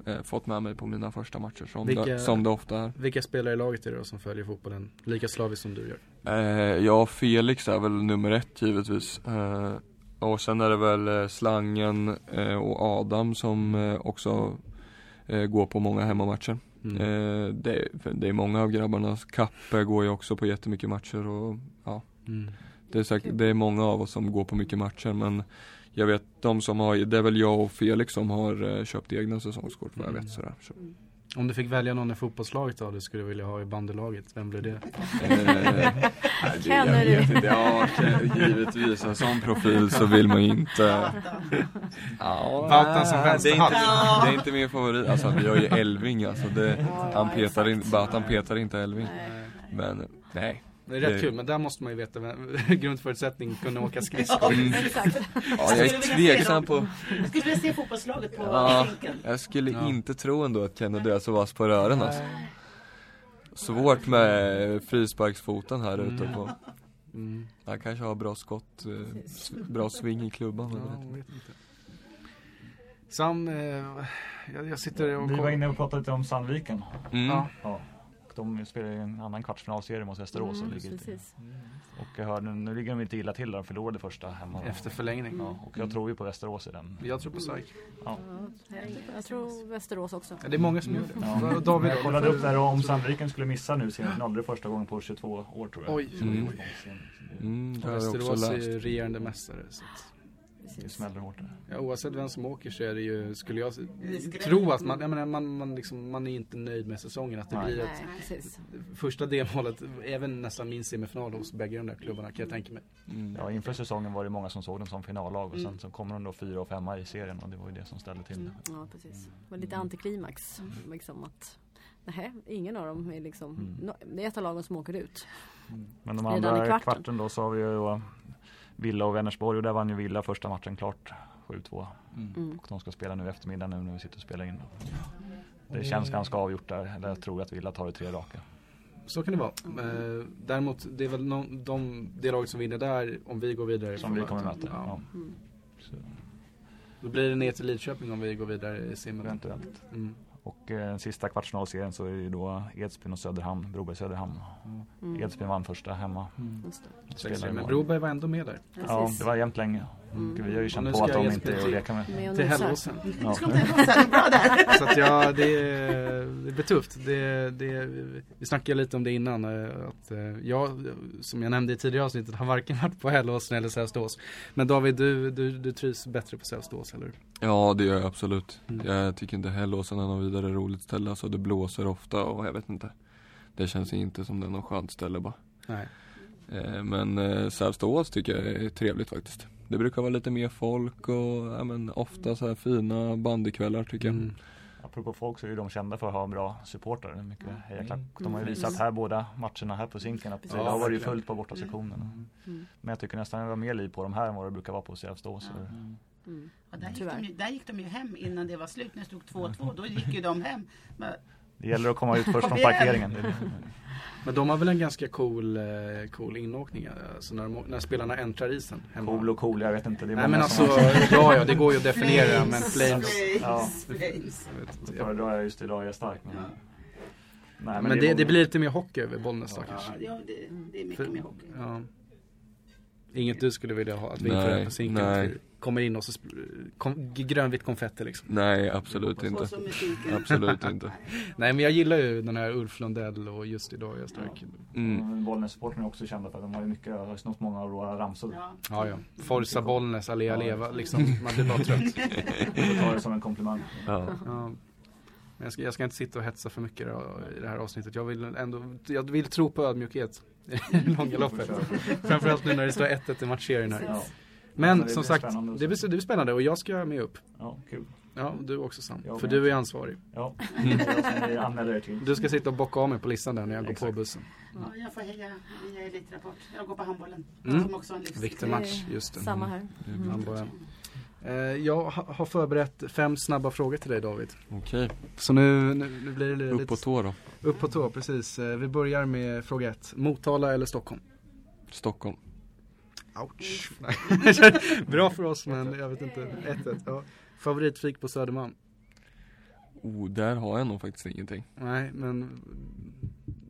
[SPEAKER 5] eh, fått med mig på mina första matcher som,
[SPEAKER 1] Vilka-
[SPEAKER 5] det, som det ofta är.
[SPEAKER 1] vilka spelare i laget är det då som följer fotbollen lika slaviskt som du gör?
[SPEAKER 5] Eh, ja, Felix är väl nummer ett givetvis. Eh, och sen är det väl eh, Slangen eh, och Adam som eh, också eh, går på många hemmamatcher.
[SPEAKER 1] Mm.
[SPEAKER 5] Eh, det, för det är många av grabbarna. Kappe går ju också på jättemycket matcher och
[SPEAKER 1] Mm.
[SPEAKER 5] det är, säkert, det är många av oss som går på mycket matcher men jag vet de som har, det är väl jag och Felix som har eh, köpt egna säsongskort vad jag
[SPEAKER 1] Mm.
[SPEAKER 5] vet sådär. Så,
[SPEAKER 1] Om du fick välja någon i fotbollslaget då du skulle vilja ha i bandylaget, vem blir det?
[SPEAKER 5] eh,
[SPEAKER 3] Ken är du.
[SPEAKER 5] inte. Ja, Ken, givetvis. En sån profil så vill man ju inte Ja,
[SPEAKER 1] Valtan
[SPEAKER 5] nej,
[SPEAKER 1] som
[SPEAKER 5] det är
[SPEAKER 1] vänsterhand.
[SPEAKER 5] inte- Det är inte min favorit. Alltså vi har ju Elving alltså. Det,
[SPEAKER 3] Ja,
[SPEAKER 5] han petar
[SPEAKER 3] exakt.
[SPEAKER 5] in, Batan petar inte Elving.
[SPEAKER 3] Nej.
[SPEAKER 5] Men nej.
[SPEAKER 1] Det är rätt
[SPEAKER 5] Det-
[SPEAKER 1] kul, men där måste man ju veta vem, grundförutsättning kunna åka skridskor.
[SPEAKER 5] Mm.
[SPEAKER 3] Exakt.
[SPEAKER 5] Ja, jag är tveksam på.
[SPEAKER 4] Jag skulle vilja se fotbollslaget på
[SPEAKER 5] Ja.
[SPEAKER 4] Zinken.
[SPEAKER 5] Jag skulle
[SPEAKER 1] Ja.
[SPEAKER 5] inte tro ändå att Kennedy är så vass på rören alltså. svårt med frisparksfoten här
[SPEAKER 1] Mm.
[SPEAKER 5] ute på.
[SPEAKER 1] Mm.
[SPEAKER 5] Han kanske har bra skott, eh, s- bra sving i klubban. jag vet
[SPEAKER 1] Ja,
[SPEAKER 5] inte.
[SPEAKER 1] jag vet inte. Sam, eh, jag, jag sitter och
[SPEAKER 2] Vi var
[SPEAKER 1] kollar-
[SPEAKER 2] inne och pratade lite om Sandviken.
[SPEAKER 5] Mm.
[SPEAKER 1] Ja.
[SPEAKER 2] Ja. Och de spelar ju en annan kvartsfinalserie mot Västerås. som ligger i-
[SPEAKER 3] Mm, precis.
[SPEAKER 2] och jag hörde, nu ligger de inte illa till där, de förlorade första hemma.
[SPEAKER 1] efter förlängning.
[SPEAKER 2] Ja, och jag tror ju på Västerås i den.
[SPEAKER 1] Jag tror på SAIK.
[SPEAKER 3] Jag, jag tror Västerås också.
[SPEAKER 1] Ja, det är många som gör det.
[SPEAKER 2] Mm. Ja.
[SPEAKER 1] Ja.
[SPEAKER 2] Men
[SPEAKER 1] David,
[SPEAKER 2] jag kollade upp där och om Sandviken skulle missa nu sin final, det är första gången på 22 år tror jag.
[SPEAKER 1] Oj,
[SPEAKER 5] Mm.
[SPEAKER 1] oj, oj.
[SPEAKER 5] Mm, det har jag också
[SPEAKER 1] typ. Västerås är
[SPEAKER 5] läst.
[SPEAKER 1] ju regerande mästare. Så att,
[SPEAKER 2] Det
[SPEAKER 3] Precis.
[SPEAKER 2] smäller hårt där.
[SPEAKER 1] ja, oavsett vem som åker så är det ju, skulle jag
[SPEAKER 4] skräll.
[SPEAKER 1] tro att man, jag menar, man, man, liksom, man är inte nöjd med säsongen. Att det
[SPEAKER 2] Nej.
[SPEAKER 1] blir ett
[SPEAKER 3] Nej, precis.
[SPEAKER 1] första delmålet, även nästan min semifinal hos bägge de där klubbarna kan jag tänka mig.
[SPEAKER 5] Mm.
[SPEAKER 2] Ja, inför säsongen var det många som såg den som finallag och
[SPEAKER 4] Mm.
[SPEAKER 2] sen så kommer de då fyra och femma i serien och det var ju det som ställde till
[SPEAKER 1] Mm.
[SPEAKER 2] det.
[SPEAKER 3] Ja, precis. Det var lite antiklimax. Liksom att, nej, ingen av dem är liksom...
[SPEAKER 2] Mm.
[SPEAKER 3] no- Det är ett av lagen som åker ut.
[SPEAKER 2] Men de
[SPEAKER 3] Redan i
[SPEAKER 2] andra
[SPEAKER 3] kvarten.
[SPEAKER 2] kvarten. då så har vi ju då Villa och Vänersborg och där vann ju Villa första matchen klart 7-2
[SPEAKER 5] Mm.
[SPEAKER 3] Mm.
[SPEAKER 2] och de ska spela nu i eftermiddag nu när vi sitter och spelar in. Det känns ganska avgjort där, eller jag tror att Villa tar det tre raka.
[SPEAKER 1] Så kan det vara. Eh, Däremot, det är väl någon, de, det laget som vinner där, om vi går vidare.
[SPEAKER 2] Som vi
[SPEAKER 1] får
[SPEAKER 2] kommer möta. Ja.
[SPEAKER 3] Mm.
[SPEAKER 2] Så,
[SPEAKER 1] Då blir det ner till Lidköping om vi går vidare i semin.
[SPEAKER 2] eventuellt.
[SPEAKER 1] Mm.
[SPEAKER 2] Och eh, sista kvartsfinalserien så är det ju då Edsbyn och Söderhamn, Broberg Söderhamn.
[SPEAKER 3] Mm.
[SPEAKER 2] Edsbyn vann första hemma.
[SPEAKER 3] Just det.
[SPEAKER 2] Mm. Spelar i
[SPEAKER 1] Men
[SPEAKER 2] mål.
[SPEAKER 1] Broberg var ändå med där.
[SPEAKER 2] Ja,
[SPEAKER 3] Precis.
[SPEAKER 2] det var jämnt länge.
[SPEAKER 3] Mm.
[SPEAKER 2] Och Vi har ju
[SPEAKER 1] Och nu
[SPEAKER 2] känt på
[SPEAKER 1] ska
[SPEAKER 2] att de
[SPEAKER 1] jag
[SPEAKER 2] inte är att
[SPEAKER 1] spela
[SPEAKER 2] leka med.
[SPEAKER 3] Med och
[SPEAKER 1] Till
[SPEAKER 3] nosar.
[SPEAKER 1] Hellåsen.
[SPEAKER 2] Ja.
[SPEAKER 4] Slå inte emot, så här, det är bra där.
[SPEAKER 1] Så att ja, det, är- det blir tufft. Det, det, vi snackade lite om det innan. eh, Att eh, jag, som jag nämnde i tidigare avsnittet, har varken varit på Hällåsen eller Sävstöås. Men David, du, du, du trivs bättre på Sävstöås, eller hur?
[SPEAKER 5] Ja det gör jag absolut.
[SPEAKER 1] Mm.
[SPEAKER 5] Jag tycker inte Hällåsen är något vidare roligt ställe. Alltså det blåser ofta och jag vet inte. Det känns inte som det är något skönt ställe bara.
[SPEAKER 1] Nej.
[SPEAKER 5] Eh, Men eh, Sävstaås tycker jag är trevligt faktiskt. Det brukar vara lite mer folk och ja, men, ofta så här fina bandykvällar tycker jag.
[SPEAKER 1] Mm.
[SPEAKER 2] Apropå folk så är ju de kända för att ha en bra supportrar. Det är Mycket hejaklack. De har ju
[SPEAKER 3] Mm.
[SPEAKER 2] visat här båda matcherna här på Zinken. Att
[SPEAKER 3] Precis.
[SPEAKER 2] det har varit
[SPEAKER 1] verkligen.
[SPEAKER 2] fullt på bortasektionen.
[SPEAKER 3] Mm.
[SPEAKER 2] Men jag tycker nästan det var mer liv på de här än vad det brukar vara på Sävstaås. Så-
[SPEAKER 3] Mm.
[SPEAKER 4] Och där, gick
[SPEAKER 3] Tyvärr.
[SPEAKER 4] de ju, där gick de ju hem innan det var slut. När det stod 2-2, då gick ju de hem. Men,
[SPEAKER 2] Det gäller att komma ut först från
[SPEAKER 4] Kom igen!
[SPEAKER 2] parkeringen. Det-
[SPEAKER 1] Men de har väl en ganska cool, eh, cool inåkning, eh, alltså när, de, när spelarna äntrar isen. hemma.
[SPEAKER 2] Cool och cool, jag vet inte. Det är
[SPEAKER 1] Nej men
[SPEAKER 2] många
[SPEAKER 1] alltså,
[SPEAKER 2] som har-
[SPEAKER 1] ja ja det går ju att definiera men Flames.
[SPEAKER 4] Flames, Flames.
[SPEAKER 1] jag vet inte.
[SPEAKER 2] Det föredrar jag just idag, jag är stark. Men,
[SPEAKER 4] Ja.
[SPEAKER 2] Nej,
[SPEAKER 1] Ja,
[SPEAKER 2] men
[SPEAKER 1] Men
[SPEAKER 2] är
[SPEAKER 1] det,
[SPEAKER 2] många-
[SPEAKER 1] det blir lite mer hockey över Bollnäs då kanske.
[SPEAKER 4] Ja, ja, det, det är
[SPEAKER 1] För-
[SPEAKER 4] mycket med hockey.
[SPEAKER 1] Ja. Inget du skulle vilja ha, att vi
[SPEAKER 5] Nej,
[SPEAKER 1] inför det på Zinken? att
[SPEAKER 5] nej.
[SPEAKER 1] vi Kommer in och så sp- kom, grönvitt konfetti liksom.
[SPEAKER 5] Nej absolut
[SPEAKER 4] Så
[SPEAKER 5] inte.
[SPEAKER 4] som musiken.
[SPEAKER 5] Absolut inte.
[SPEAKER 1] Nej men jag gillar ju den här Ulf Lundell och just idag är jag stark.
[SPEAKER 5] Mm.
[SPEAKER 2] Men Bollnäs-supportrarna är också kända för att de har ju mycket, har snott många av våra ramsor.
[SPEAKER 4] Ja.
[SPEAKER 1] Ja ja. Forza Bollnäs, Alea Leva liksom. Man blir bara trött.
[SPEAKER 2] Jag tar det som en komplimang.
[SPEAKER 5] Ja.
[SPEAKER 1] Ja. Men jag ska, jag ska inte sitta och hetsa för mycket då, i det här avsnittet. Jag vill ändå, jag vill tro på ödmjukhet i det långa loppet. Framförallt nu när det står 1-1 i matchserien här.
[SPEAKER 2] Ja,
[SPEAKER 1] Men
[SPEAKER 2] Ja, det
[SPEAKER 1] som
[SPEAKER 2] blir
[SPEAKER 1] sagt,
[SPEAKER 2] spännande att
[SPEAKER 1] det
[SPEAKER 2] se.
[SPEAKER 1] blir, det blir spännande och jag ska med upp.
[SPEAKER 2] ja kul.
[SPEAKER 1] Ja, du också Sam.
[SPEAKER 2] Jag
[SPEAKER 1] för
[SPEAKER 2] med.
[SPEAKER 1] du är ansvarig.
[SPEAKER 2] Ja,
[SPEAKER 1] Mm.
[SPEAKER 2] det är jag som ni anmäler er till.
[SPEAKER 1] Du ska sitta och bocka av mig på listan där när jag går
[SPEAKER 2] Exakt.
[SPEAKER 1] på bussen.
[SPEAKER 4] Ja, jag får heja via Elitrapport. Jag går på handbollen.
[SPEAKER 1] Mm.
[SPEAKER 4] Som också har en livsstil.
[SPEAKER 1] Viktig match,
[SPEAKER 3] Det är
[SPEAKER 1] just det.
[SPEAKER 3] Samma här.
[SPEAKER 5] Mm.
[SPEAKER 1] Han bara- Eh, Jag ha- har förberett fem snabba frågor till dig David.
[SPEAKER 5] Okej,
[SPEAKER 1] Så nu, nu, nu blir det
[SPEAKER 5] upp
[SPEAKER 1] lite
[SPEAKER 5] på tå då.
[SPEAKER 1] upp på tå. Precis. Eh, Vi börjar med fråga ett. Motala eller Stockholm?
[SPEAKER 5] Stockholm.
[SPEAKER 1] Ouch. Nej. Bra för oss men jag vet inte. 1-1. Ja. Favoritfik på Södermalm?
[SPEAKER 5] Oh, där har jag nog faktiskt ingenting.
[SPEAKER 1] Nej, men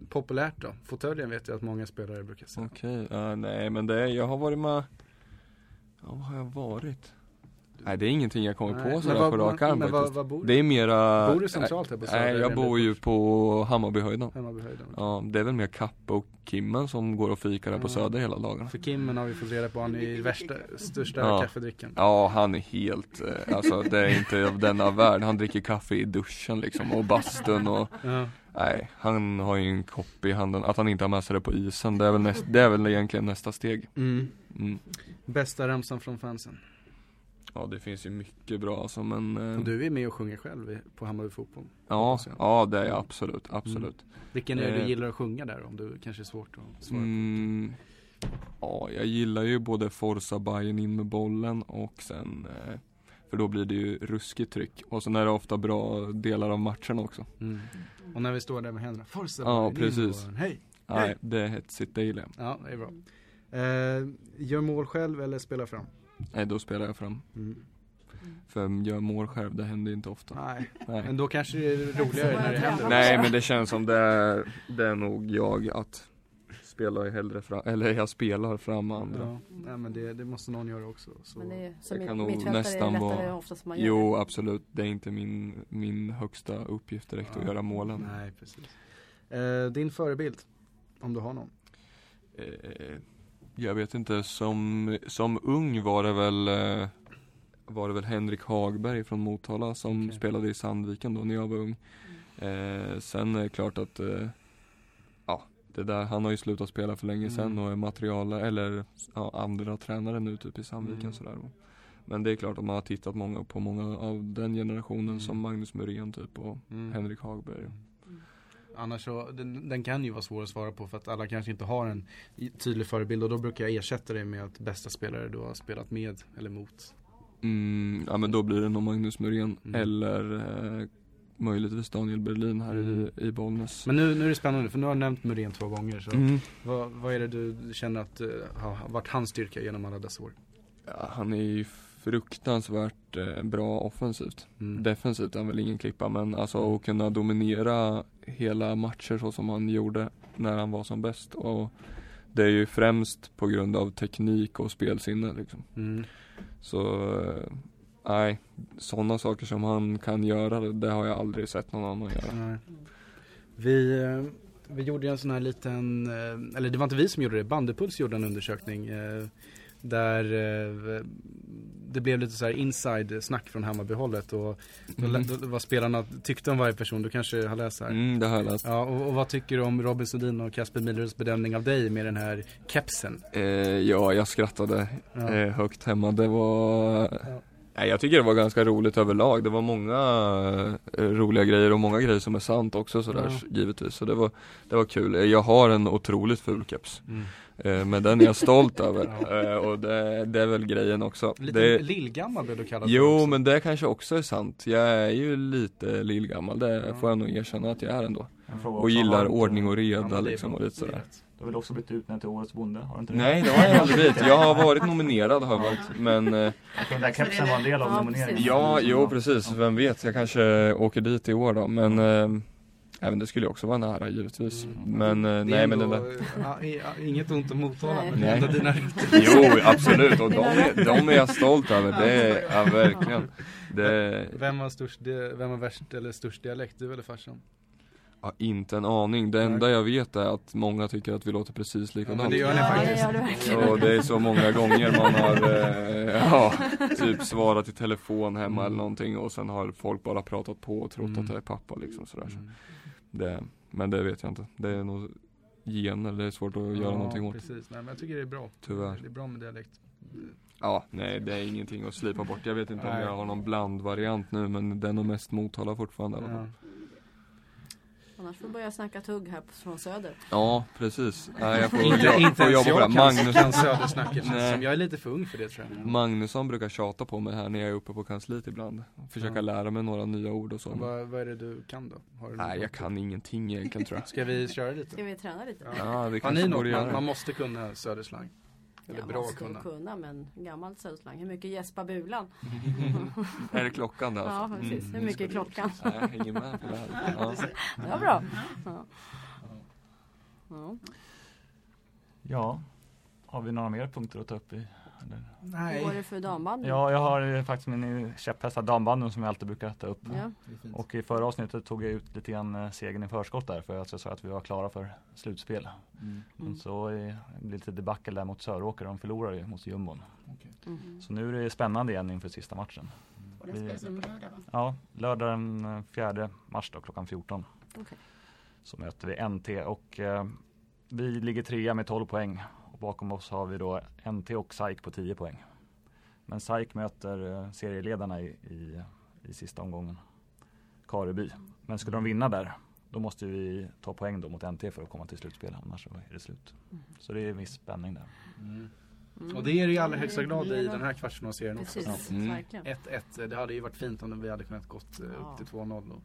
[SPEAKER 1] populärt då? Fåtöljen vet jag att många spelare brukar säga.
[SPEAKER 5] Okej, ja, nej men det, jag har varit med Ja vad har jag varit? Nej det är ingenting jag kommer
[SPEAKER 1] Nej,
[SPEAKER 5] på
[SPEAKER 1] men
[SPEAKER 5] sådär
[SPEAKER 1] vad-
[SPEAKER 5] på rak arm
[SPEAKER 1] Men var,
[SPEAKER 5] faktiskt
[SPEAKER 1] var bor
[SPEAKER 5] Det
[SPEAKER 1] du?
[SPEAKER 5] är mera
[SPEAKER 1] Bor du centralt här på Söder?
[SPEAKER 5] Nej jag bor ju på Hammarbyhöjden
[SPEAKER 1] Hammarbyhöjden.
[SPEAKER 5] Ja det är väl mer Kappe och Kimmen som går och fikar här på
[SPEAKER 1] Ja.
[SPEAKER 5] Söder hela dagarna
[SPEAKER 1] För Kimmen har vi fått reda på, han är värsta, största
[SPEAKER 5] Ja.
[SPEAKER 1] kaffedrickaren.
[SPEAKER 5] Ja han är helt, eh, alltså det är inte av denna värld Han dricker kaffe i duschen liksom och bastun och
[SPEAKER 1] Ja.
[SPEAKER 5] Nej han har ju en kopp i handen Att han inte har med sig det på isen det är väl, näst, det är väl egentligen nästa steg
[SPEAKER 1] Mm.
[SPEAKER 5] mm.
[SPEAKER 1] Bästa ramsan från fansen.
[SPEAKER 5] Ja det finns ju mycket bra alltså men eh,
[SPEAKER 1] Och du är med och sjunger själv i- på Hammarby fotboll.
[SPEAKER 5] Ja,
[SPEAKER 1] hoppas jag.
[SPEAKER 5] ja det är jag absolut, absolut
[SPEAKER 1] Vilken är det du
[SPEAKER 5] Eh.
[SPEAKER 1] gillar att sjunga där om du kanske är svårt att svara på?
[SPEAKER 5] mm. Ja jag gillar ju både Forza Bayern in med bollen och sen eh, För då blir det ju ruskigt tryck. Och sen är det ofta bra delar av matchen också.
[SPEAKER 1] Mm. Och när vi står där med händerna, Forza
[SPEAKER 5] Ja,
[SPEAKER 1] Bayern, in
[SPEAKER 5] precis.
[SPEAKER 1] Bayern, Hej!
[SPEAKER 5] Nej, det är hetsigt, det gillar jag.
[SPEAKER 1] Ja, det är bra. Eh, gör mål själv eller spela fram?
[SPEAKER 5] Nej, då spelar jag fram.
[SPEAKER 1] Mm.
[SPEAKER 5] För jag mår själv, det händer inte ofta.
[SPEAKER 1] Nej,
[SPEAKER 5] Nej.
[SPEAKER 1] men då kanske det är roligare när det händer.
[SPEAKER 5] Nej men det känns som det är, det är nog jag att spela ju hellre fram, eller jag spelar fram andra.
[SPEAKER 1] Ja, nej, men det, det måste någon göra också. Så.
[SPEAKER 3] Men det är, som
[SPEAKER 5] Det
[SPEAKER 3] mitt,
[SPEAKER 5] kan nog
[SPEAKER 3] mittfältare är
[SPEAKER 5] nästan
[SPEAKER 3] det lättare
[SPEAKER 5] vara-
[SPEAKER 3] oftast man gör.
[SPEAKER 5] Jo absolut, det är inte min, min högsta uppgift direkt att göra målen.
[SPEAKER 1] Nej, precis. Eh, din förebild, om du har någon?
[SPEAKER 5] Eh, jag vet inte, som, som ung var det väl eh, var det väl Henrik Hagberg från Motala som
[SPEAKER 1] Okej.
[SPEAKER 5] spelade i Sandviken då när jag var ung.
[SPEAKER 3] Mm.
[SPEAKER 5] Eh, sen är det klart att eh, ja, det där, han har ju slutat spela för länge sedan
[SPEAKER 1] Mm.
[SPEAKER 5] och är material eller ja, andra tränare nu typ i Sandviken
[SPEAKER 1] Mm.
[SPEAKER 5] sådär. Men det är klart att man har tittat många på många av den generationen
[SPEAKER 1] Mm.
[SPEAKER 5] som Magnus Muren typ och Henrik Hagberg.
[SPEAKER 1] Annars så, den, den kan ju vara svår att svara på för att alla kanske inte har en i- tydlig förebild och då brukar jag ersätta det med att bästa spelare du har spelat med eller mot.
[SPEAKER 5] Mm, ja men då blir det nog Magnus Muren
[SPEAKER 1] Mm.
[SPEAKER 5] eller eh, möjligtvis Daniel Berlin här
[SPEAKER 1] Mm.
[SPEAKER 5] i, i Bollnäs.
[SPEAKER 1] Men nu, nu är det spännande för nu har jag nämnt Muren två gånger så
[SPEAKER 5] Mm.
[SPEAKER 1] vad, vad är det du känner att eh, har varit hans styrka genom alla dessa år?
[SPEAKER 5] Ja, han är ju fruktansvärt eh, bra offensivt.
[SPEAKER 1] Mm.
[SPEAKER 5] Defensivt är han väl ingen klippa men alltså att kunna dominera hela matcher så som han gjorde när han var som bäst. Och det är ju främst på grund av teknik och spelsinne liksom.
[SPEAKER 1] Mm.
[SPEAKER 5] Så eh, nej, sådana saker som han kan göra det har jag aldrig sett någon annan göra.
[SPEAKER 1] Nej. Vi, eh, vi gjorde ju en sån här liten, eh, eller det var inte vi som gjorde det, Bandypuls gjorde en undersökning eh, där eh, det blev lite så här inside snack från Hammarbyhållet och då,
[SPEAKER 5] Mm.
[SPEAKER 1] då, vad spelarna tyckte om varje person, du kanske har läst det här?
[SPEAKER 5] Mm, det har jag läst.
[SPEAKER 1] Ja, och, och vad tycker du om Robin Sundin och Kasper Milerus bedömning av dig med den här kepsen?
[SPEAKER 5] Eh, ja, jag skrattade
[SPEAKER 1] Ja.
[SPEAKER 5] eh, högt hemma. Det var...
[SPEAKER 1] Ja.
[SPEAKER 5] Nej, jag tycker det var ganska roligt överlag. Det var många eh, roliga grejer och många grejer som är sant också sådär givetvis. Så det var, det var kul. Eh, Jag har en otroligt ful keps.
[SPEAKER 1] Mm.
[SPEAKER 5] Eh, men den är jag stolt över.
[SPEAKER 1] Ja.
[SPEAKER 5] Eh, och det, det är väl grejen också.
[SPEAKER 1] Lite
[SPEAKER 5] det,
[SPEAKER 1] lillgammal blev du kallad för
[SPEAKER 5] jo,
[SPEAKER 1] också.
[SPEAKER 5] men det kanske också är sant. Jag är ju lite lillgammal. Det
[SPEAKER 1] Ja.
[SPEAKER 5] får jag nog erkänna att jag är ändå.
[SPEAKER 2] En fråga
[SPEAKER 5] Och
[SPEAKER 2] också, har
[SPEAKER 5] gillar
[SPEAKER 2] du inte-
[SPEAKER 5] ordning och
[SPEAKER 1] Ja,
[SPEAKER 5] reda
[SPEAKER 1] men det är
[SPEAKER 5] liksom
[SPEAKER 1] bra.
[SPEAKER 5] och lite
[SPEAKER 1] Det är
[SPEAKER 5] sådär.
[SPEAKER 1] rätt.
[SPEAKER 2] Du har väl också blivit utnämnd till Årets Bonde? Har du inte det?
[SPEAKER 5] Nej, det har jag aldrig blivit. Jag har varit nominerad har jag varit. Men eh,
[SPEAKER 2] Den där kepsen var en del av
[SPEAKER 3] Ja,
[SPEAKER 2] nomineringen.
[SPEAKER 3] precis.
[SPEAKER 5] Ja, jo precis. Vem vet, jag kanske åker dit i år då. Men eh, även det skulle ju också vara en ära givetvis.
[SPEAKER 1] Mm.
[SPEAKER 5] Men eh,
[SPEAKER 1] Det är
[SPEAKER 5] nej men den
[SPEAKER 1] ändå,
[SPEAKER 5] där.
[SPEAKER 1] ja, i- ja, Inget ont om Motala,
[SPEAKER 3] Nej.
[SPEAKER 1] men det är ändå
[SPEAKER 5] Nej.
[SPEAKER 1] dina
[SPEAKER 5] Jo, absolut. Och de, är- de är jag stolt över. Det är ja, verkligen. Det,
[SPEAKER 1] Vem har, störst, vem har värst eller störst dialekt? Du eller farsan?
[SPEAKER 5] ja, inte en aning. Det enda jag vet är att många tycker att vi låter precis
[SPEAKER 1] men
[SPEAKER 5] likadant.
[SPEAKER 1] det gör ni
[SPEAKER 3] Ja,
[SPEAKER 1] faktiskt.
[SPEAKER 3] det gör du verkligen.
[SPEAKER 5] Och det är så många gånger man har eh, ja, typ svarat i telefon hemma eller någonting och sen har folk bara pratat på och trott
[SPEAKER 1] Mm.
[SPEAKER 5] att jag är pappa liksom sådär. Så Det, men det vet jag inte. Det är nog gener, det är svårt att göra någonting åt.
[SPEAKER 1] Precis. Nej, men jag tycker det är bra.
[SPEAKER 5] Tyvärr.
[SPEAKER 1] Det är bra med dialekt.
[SPEAKER 5] Ja, nej det är ingenting att slipa bort. Jag vet inte om
[SPEAKER 1] Nej.
[SPEAKER 5] jag har någon blandvariant nu men den är mest Motala fortfarande i alla fall.
[SPEAKER 1] Ja.
[SPEAKER 3] Annars får vi börja snacka tugg här från söder.
[SPEAKER 5] Ja, precis. Nej, jag får,
[SPEAKER 1] Inte,
[SPEAKER 5] jag,
[SPEAKER 1] inte
[SPEAKER 5] får
[SPEAKER 1] ens
[SPEAKER 5] jobba på det.
[SPEAKER 1] jag kan,
[SPEAKER 5] Magnus,
[SPEAKER 1] kan södersnacket känns det
[SPEAKER 5] Nej. Mm.
[SPEAKER 1] som. Jag är lite för ung för det tror jag.
[SPEAKER 5] Magnusson brukar tjata på mig här när jag är uppe på kansliet ibland. Försöka
[SPEAKER 1] Ja.
[SPEAKER 5] lära mig några nya ord och så. men-
[SPEAKER 1] Vad, vad är det du kan då? Har du något?
[SPEAKER 5] Nej, jag kan ingenting egentligen tror jag.
[SPEAKER 1] Ska vi köra
[SPEAKER 3] Ska
[SPEAKER 1] lite?
[SPEAKER 3] vi träna lite?
[SPEAKER 1] Ja.
[SPEAKER 5] Ja, det
[SPEAKER 1] Har ni
[SPEAKER 5] kanske
[SPEAKER 1] något
[SPEAKER 5] borde
[SPEAKER 1] man, man
[SPEAKER 5] göra.
[SPEAKER 1] måste kunna söderslang? Eller
[SPEAKER 3] Ja,
[SPEAKER 1] bra
[SPEAKER 3] man ska
[SPEAKER 1] kunna?
[SPEAKER 3] kunna men gammal söderslang. Hur mycket gäspar bulan?
[SPEAKER 5] Är det klockan där
[SPEAKER 3] Ja,
[SPEAKER 5] alltså?
[SPEAKER 3] precis. Hur mycket är klockan?
[SPEAKER 5] Nej, jag hänger med på det här. Ja.
[SPEAKER 3] Det var bra. Ja. Ja.
[SPEAKER 2] Ja. Har vi några mer punkter att ta upp i? Eller?
[SPEAKER 3] Hur går det
[SPEAKER 1] Nej.
[SPEAKER 3] för dambandy?
[SPEAKER 2] Ja, jag har eh, faktiskt min käpphäst här, dambanden som jag alltid brukar ta upp.
[SPEAKER 1] Mm.
[SPEAKER 3] Ja.
[SPEAKER 2] Och i förra avsnittet tog jag ut lite grann eh, segern i förskott där för att jag sa att vi var klara för slutspel.
[SPEAKER 1] Mm.
[SPEAKER 3] Mm.
[SPEAKER 2] Men så eh, det blev lite debacle där mot Söråker, de förlorade ju mot jumbon.
[SPEAKER 3] Mm.
[SPEAKER 2] Så nu är det spännande igen inför sista matchen.
[SPEAKER 4] Och den spelas upp på lördag va?
[SPEAKER 2] Ja, lördag den eh, 4 mars då klockan 14.
[SPEAKER 3] Okej.
[SPEAKER 2] Så möter vi NT och eh, vi ligger trea med 12 poäng. Och bakom oss har vi då NT och SAIK på 10 poäng. Men SAIK möter eh, serieledarna i, i, i sista omgången, Kareby. Men skulle de vinna där, då måste vi ta poäng då mot NT för att komma till slutspel. Annars så är det slut. Så det är en viss spänning där.
[SPEAKER 1] Och det är det i allra högsta grad i den här kvartsfinalserien också.
[SPEAKER 3] Mm. Precis,
[SPEAKER 5] Mm.
[SPEAKER 3] verkligen.
[SPEAKER 1] 1-1, det hade ju varit fint om vi hade kunnat gått eh,
[SPEAKER 3] Ja.
[SPEAKER 1] upp till 2-0 då.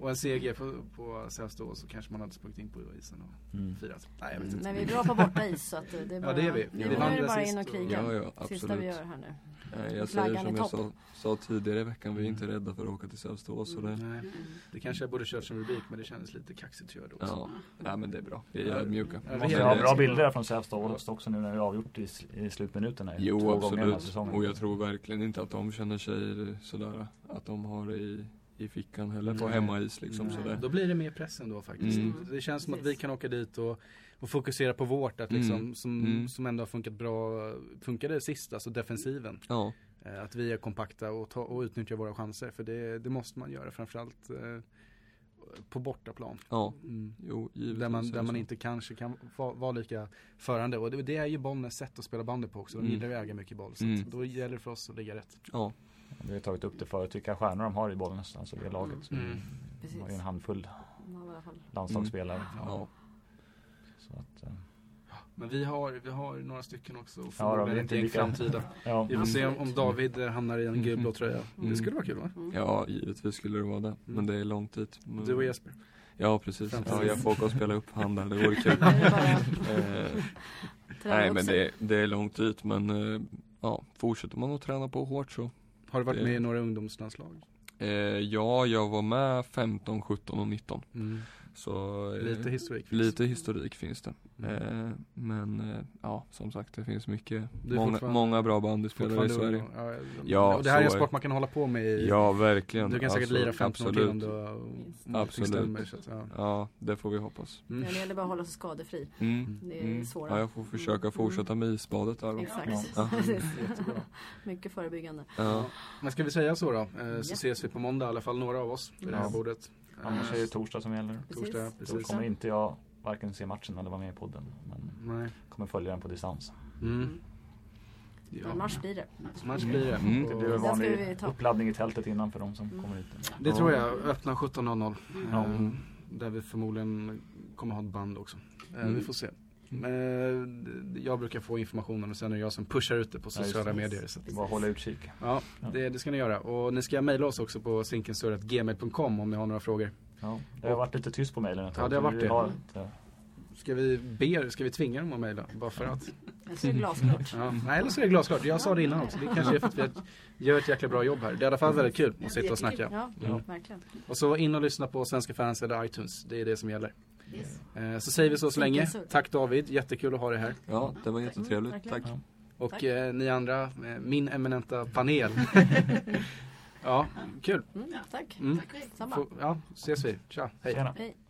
[SPEAKER 1] Och en seger på, på Sävstorp så kanske man hade sprungit in på isen och
[SPEAKER 2] Mm.
[SPEAKER 1] firat. Nej jag vet inte.
[SPEAKER 3] Men vi är bra på borta is så att det är bara,
[SPEAKER 1] Ja, det är vi.
[SPEAKER 3] Nu
[SPEAKER 5] Vi
[SPEAKER 3] är
[SPEAKER 1] vann
[SPEAKER 3] det bara
[SPEAKER 1] sist
[SPEAKER 3] in och
[SPEAKER 1] och-
[SPEAKER 3] kriga.
[SPEAKER 5] Ja, ja,
[SPEAKER 3] Sista vi
[SPEAKER 5] absolut.
[SPEAKER 3] gör här nu. Mm.
[SPEAKER 5] Nej, Jag
[SPEAKER 3] Flaggan
[SPEAKER 5] säger som
[SPEAKER 3] i
[SPEAKER 5] jag
[SPEAKER 3] topp.
[SPEAKER 5] sa, sa tidigare i veckan, vi är
[SPEAKER 1] Mm.
[SPEAKER 5] inte rädda för att åka till Sävstorp. Så
[SPEAKER 3] Mm.
[SPEAKER 5] det,
[SPEAKER 1] Nej, det kanske jag borde kört som rubrik men det kändes lite kaxigt tror jag då också.
[SPEAKER 5] ja, nej, men det är bra. Vi är mjuka.
[SPEAKER 1] Ja, vi
[SPEAKER 2] Man
[SPEAKER 1] är
[SPEAKER 2] ser bra,
[SPEAKER 1] det.
[SPEAKER 2] bra bilder här från Sävstad också, också nu när vi har avgjort i, sl- i slutminuterna. ju.
[SPEAKER 5] Jo
[SPEAKER 2] Två gånger den här
[SPEAKER 5] absolut.
[SPEAKER 2] säsongen.
[SPEAKER 5] Och jag tror verkligen inte att de känner sig sådär att de har det i, i fickan heller på
[SPEAKER 1] Nej.
[SPEAKER 5] hemmais liksom.
[SPEAKER 1] Mm.
[SPEAKER 5] Så det,
[SPEAKER 1] Då blir det mer press ändå faktiskt.
[SPEAKER 5] Mm.
[SPEAKER 1] Det känns som att vi
[SPEAKER 3] Precis.
[SPEAKER 1] kan åka dit och, och fokusera på vårt, att liksom,
[SPEAKER 5] Mm.
[SPEAKER 1] Som,
[SPEAKER 5] Mm.
[SPEAKER 1] som ändå har funkat bra, funkade sist, alltså defensiven.
[SPEAKER 5] ja,
[SPEAKER 1] Eh, Att vi är kompakta och, ta, och utnyttjar våra chanser, för det, det måste man göra framförallt eh, på bortaplan.
[SPEAKER 5] ja,
[SPEAKER 1] Mm.
[SPEAKER 5] jo givetvis.
[SPEAKER 1] Där man,
[SPEAKER 5] är
[SPEAKER 1] där
[SPEAKER 5] det
[SPEAKER 1] man
[SPEAKER 5] så.
[SPEAKER 1] inte kanske kan va, vara lika förande. Och det, det är ju Bollnäs sätt att spela bandy på också. De
[SPEAKER 5] Mm.
[SPEAKER 1] gillar ju att äga mycket boll. Så
[SPEAKER 5] Mm.
[SPEAKER 1] att då gäller det för oss att ligga rätt.
[SPEAKER 5] Ja,
[SPEAKER 2] Vi har tagit upp det förut, vilka stjärnor de har i bollen nästan, så det laget. Så
[SPEAKER 1] Mm.
[SPEAKER 2] De
[SPEAKER 3] Precis.
[SPEAKER 2] har ju en handfull
[SPEAKER 3] De har i alla fall-
[SPEAKER 2] landslagsspelare.
[SPEAKER 5] ja.
[SPEAKER 2] Så att, eh,
[SPEAKER 1] Men vi har, vi har några stycken också. Och
[SPEAKER 2] Ja, de
[SPEAKER 1] förmodligen
[SPEAKER 2] är
[SPEAKER 1] ett
[SPEAKER 2] inte
[SPEAKER 1] gäng
[SPEAKER 2] lika-
[SPEAKER 1] framtida.
[SPEAKER 2] ja.
[SPEAKER 1] Vi får se om, om David eh, hamnar i en gulblå tröja.
[SPEAKER 5] Mm.
[SPEAKER 1] Det skulle vara kul va?
[SPEAKER 5] ja, givetvis skulle det vara det. Men det är långt dit. Men-
[SPEAKER 1] Du och Jesper.
[SPEAKER 5] Ja, precis. Ja, jag får gå och spela upp hand där, det vore
[SPEAKER 3] Nu
[SPEAKER 5] kul.
[SPEAKER 3] är det bara
[SPEAKER 5] Eh,
[SPEAKER 3] träna
[SPEAKER 5] nej,
[SPEAKER 3] upp
[SPEAKER 5] men
[SPEAKER 3] sig.
[SPEAKER 5] det, det är långt dit. Men eh, ja, fortsätter man att träna på hårt så
[SPEAKER 1] Har du varit
[SPEAKER 5] Det-
[SPEAKER 1] med i några ungdomslandslag?
[SPEAKER 5] Eh, ja, jag var med 15, 17 och 19. Så eh,
[SPEAKER 1] Mm. Lite Mm. historik. finns.
[SPEAKER 5] lite historik finns det. Eh, men eh, ja, som sagt det finns mycket,
[SPEAKER 1] Du är
[SPEAKER 5] många,
[SPEAKER 1] fortfarande-
[SPEAKER 5] många bra bandyspelare i
[SPEAKER 1] Fortfarande
[SPEAKER 5] Sverige.
[SPEAKER 1] ung och- Ja,
[SPEAKER 5] Ja,
[SPEAKER 1] och det här är en
[SPEAKER 5] så är
[SPEAKER 1] sport
[SPEAKER 5] det.
[SPEAKER 1] man kan hålla på med i.
[SPEAKER 5] Ja, verkligen.
[SPEAKER 1] du kan säkert
[SPEAKER 5] Alltså,
[SPEAKER 1] lira 15 år till om
[SPEAKER 5] absolut.
[SPEAKER 1] du om allting
[SPEAKER 5] Absolut.
[SPEAKER 1] stämmer. Så att, ja.
[SPEAKER 5] Ja, det får vi hoppas.
[SPEAKER 1] Mm.
[SPEAKER 3] Ja, Det gäller bara att hålla sig skadefri.
[SPEAKER 5] Mm.
[SPEAKER 3] Det är
[SPEAKER 5] Mm.
[SPEAKER 3] svårare.
[SPEAKER 5] Ja, jag får försöka
[SPEAKER 3] Mm.
[SPEAKER 5] fortsätta med isbadet där då.
[SPEAKER 3] Exakt.
[SPEAKER 5] Ja.
[SPEAKER 3] Precis.
[SPEAKER 1] Jättebra.
[SPEAKER 3] Mycket förebyggande.
[SPEAKER 5] Ja.
[SPEAKER 1] Men ska vi säga så då? Eh, Så
[SPEAKER 3] Ja.
[SPEAKER 1] ses vi på måndag i alla fall, några av oss vid det här
[SPEAKER 2] Ja.
[SPEAKER 1] bordet.
[SPEAKER 2] Annars är
[SPEAKER 1] Eh,
[SPEAKER 2] det torsdag som gäller.
[SPEAKER 3] Precis.
[SPEAKER 1] Torsdag,
[SPEAKER 2] Då
[SPEAKER 1] precis.
[SPEAKER 2] kommer inte jag varken se matchen eller vara med i podden. Men
[SPEAKER 1] Nej.
[SPEAKER 2] kommer följa den på distans.
[SPEAKER 1] Mm. Ja.
[SPEAKER 3] Men mars blir det.
[SPEAKER 1] Match blir det.
[SPEAKER 5] Mm.
[SPEAKER 2] Det
[SPEAKER 1] Och-
[SPEAKER 2] blir en
[SPEAKER 3] ska
[SPEAKER 2] vanlig
[SPEAKER 3] vi ta-
[SPEAKER 2] uppladdning i tältet innan för de som kommer hit.
[SPEAKER 1] Det tror jag, öppna 17.00.
[SPEAKER 2] Ja.
[SPEAKER 1] Eh, Där vi förmodligen kommer ha ett band också. Eh,
[SPEAKER 5] Mm.
[SPEAKER 1] Vi får se. Men, eh, jag brukar få informationen och sen är det jag som pushar ut det på
[SPEAKER 2] Ja, just
[SPEAKER 1] sociala
[SPEAKER 2] det.
[SPEAKER 1] medier. Så att,
[SPEAKER 2] Bara hålla utkik.
[SPEAKER 1] ja, det, det ska ni göra. Och ni ska mejla oss också på zinkensur.gmail.com om ni har några frågor.
[SPEAKER 2] Ja. Det har varit lite tyst på mejlen ett tag.
[SPEAKER 1] Ja, det har varit
[SPEAKER 2] Vi
[SPEAKER 1] det.
[SPEAKER 2] lite-
[SPEAKER 1] Ska vi be er, ska vi tvinga dem att mejla? Bara för att?
[SPEAKER 3] Jag ser glasklart.
[SPEAKER 1] Mm. Ja. Nej, eller så är det glasklart. Jag sa det innan också. Det kanske är för att vi gör ett jäkla bra jobb här. Det är i alla fall väldigt kul att sitta och snacka.
[SPEAKER 3] Ja,
[SPEAKER 1] Mm.
[SPEAKER 3] verkligen.
[SPEAKER 1] Och så in och lyssna på Svenska fans eller iTunes. Det är det som gäller.
[SPEAKER 4] Yes.
[SPEAKER 1] Eh, Så säger vi så så länge. Tack David, jättekul att ha dig här.
[SPEAKER 5] ja, det var
[SPEAKER 3] Mm,
[SPEAKER 5] jättetrevligt.
[SPEAKER 3] verkligen.
[SPEAKER 5] Tack.
[SPEAKER 1] Och
[SPEAKER 3] Tack.
[SPEAKER 1] eh, ni andra, eh, min eminenta panel. ja, kul.
[SPEAKER 3] Mm, tack.
[SPEAKER 1] Mm.
[SPEAKER 4] Tack.
[SPEAKER 3] Samma.
[SPEAKER 1] Får- Ja, ses vi. Tja, hej.
[SPEAKER 2] Tjena.
[SPEAKER 3] Hej.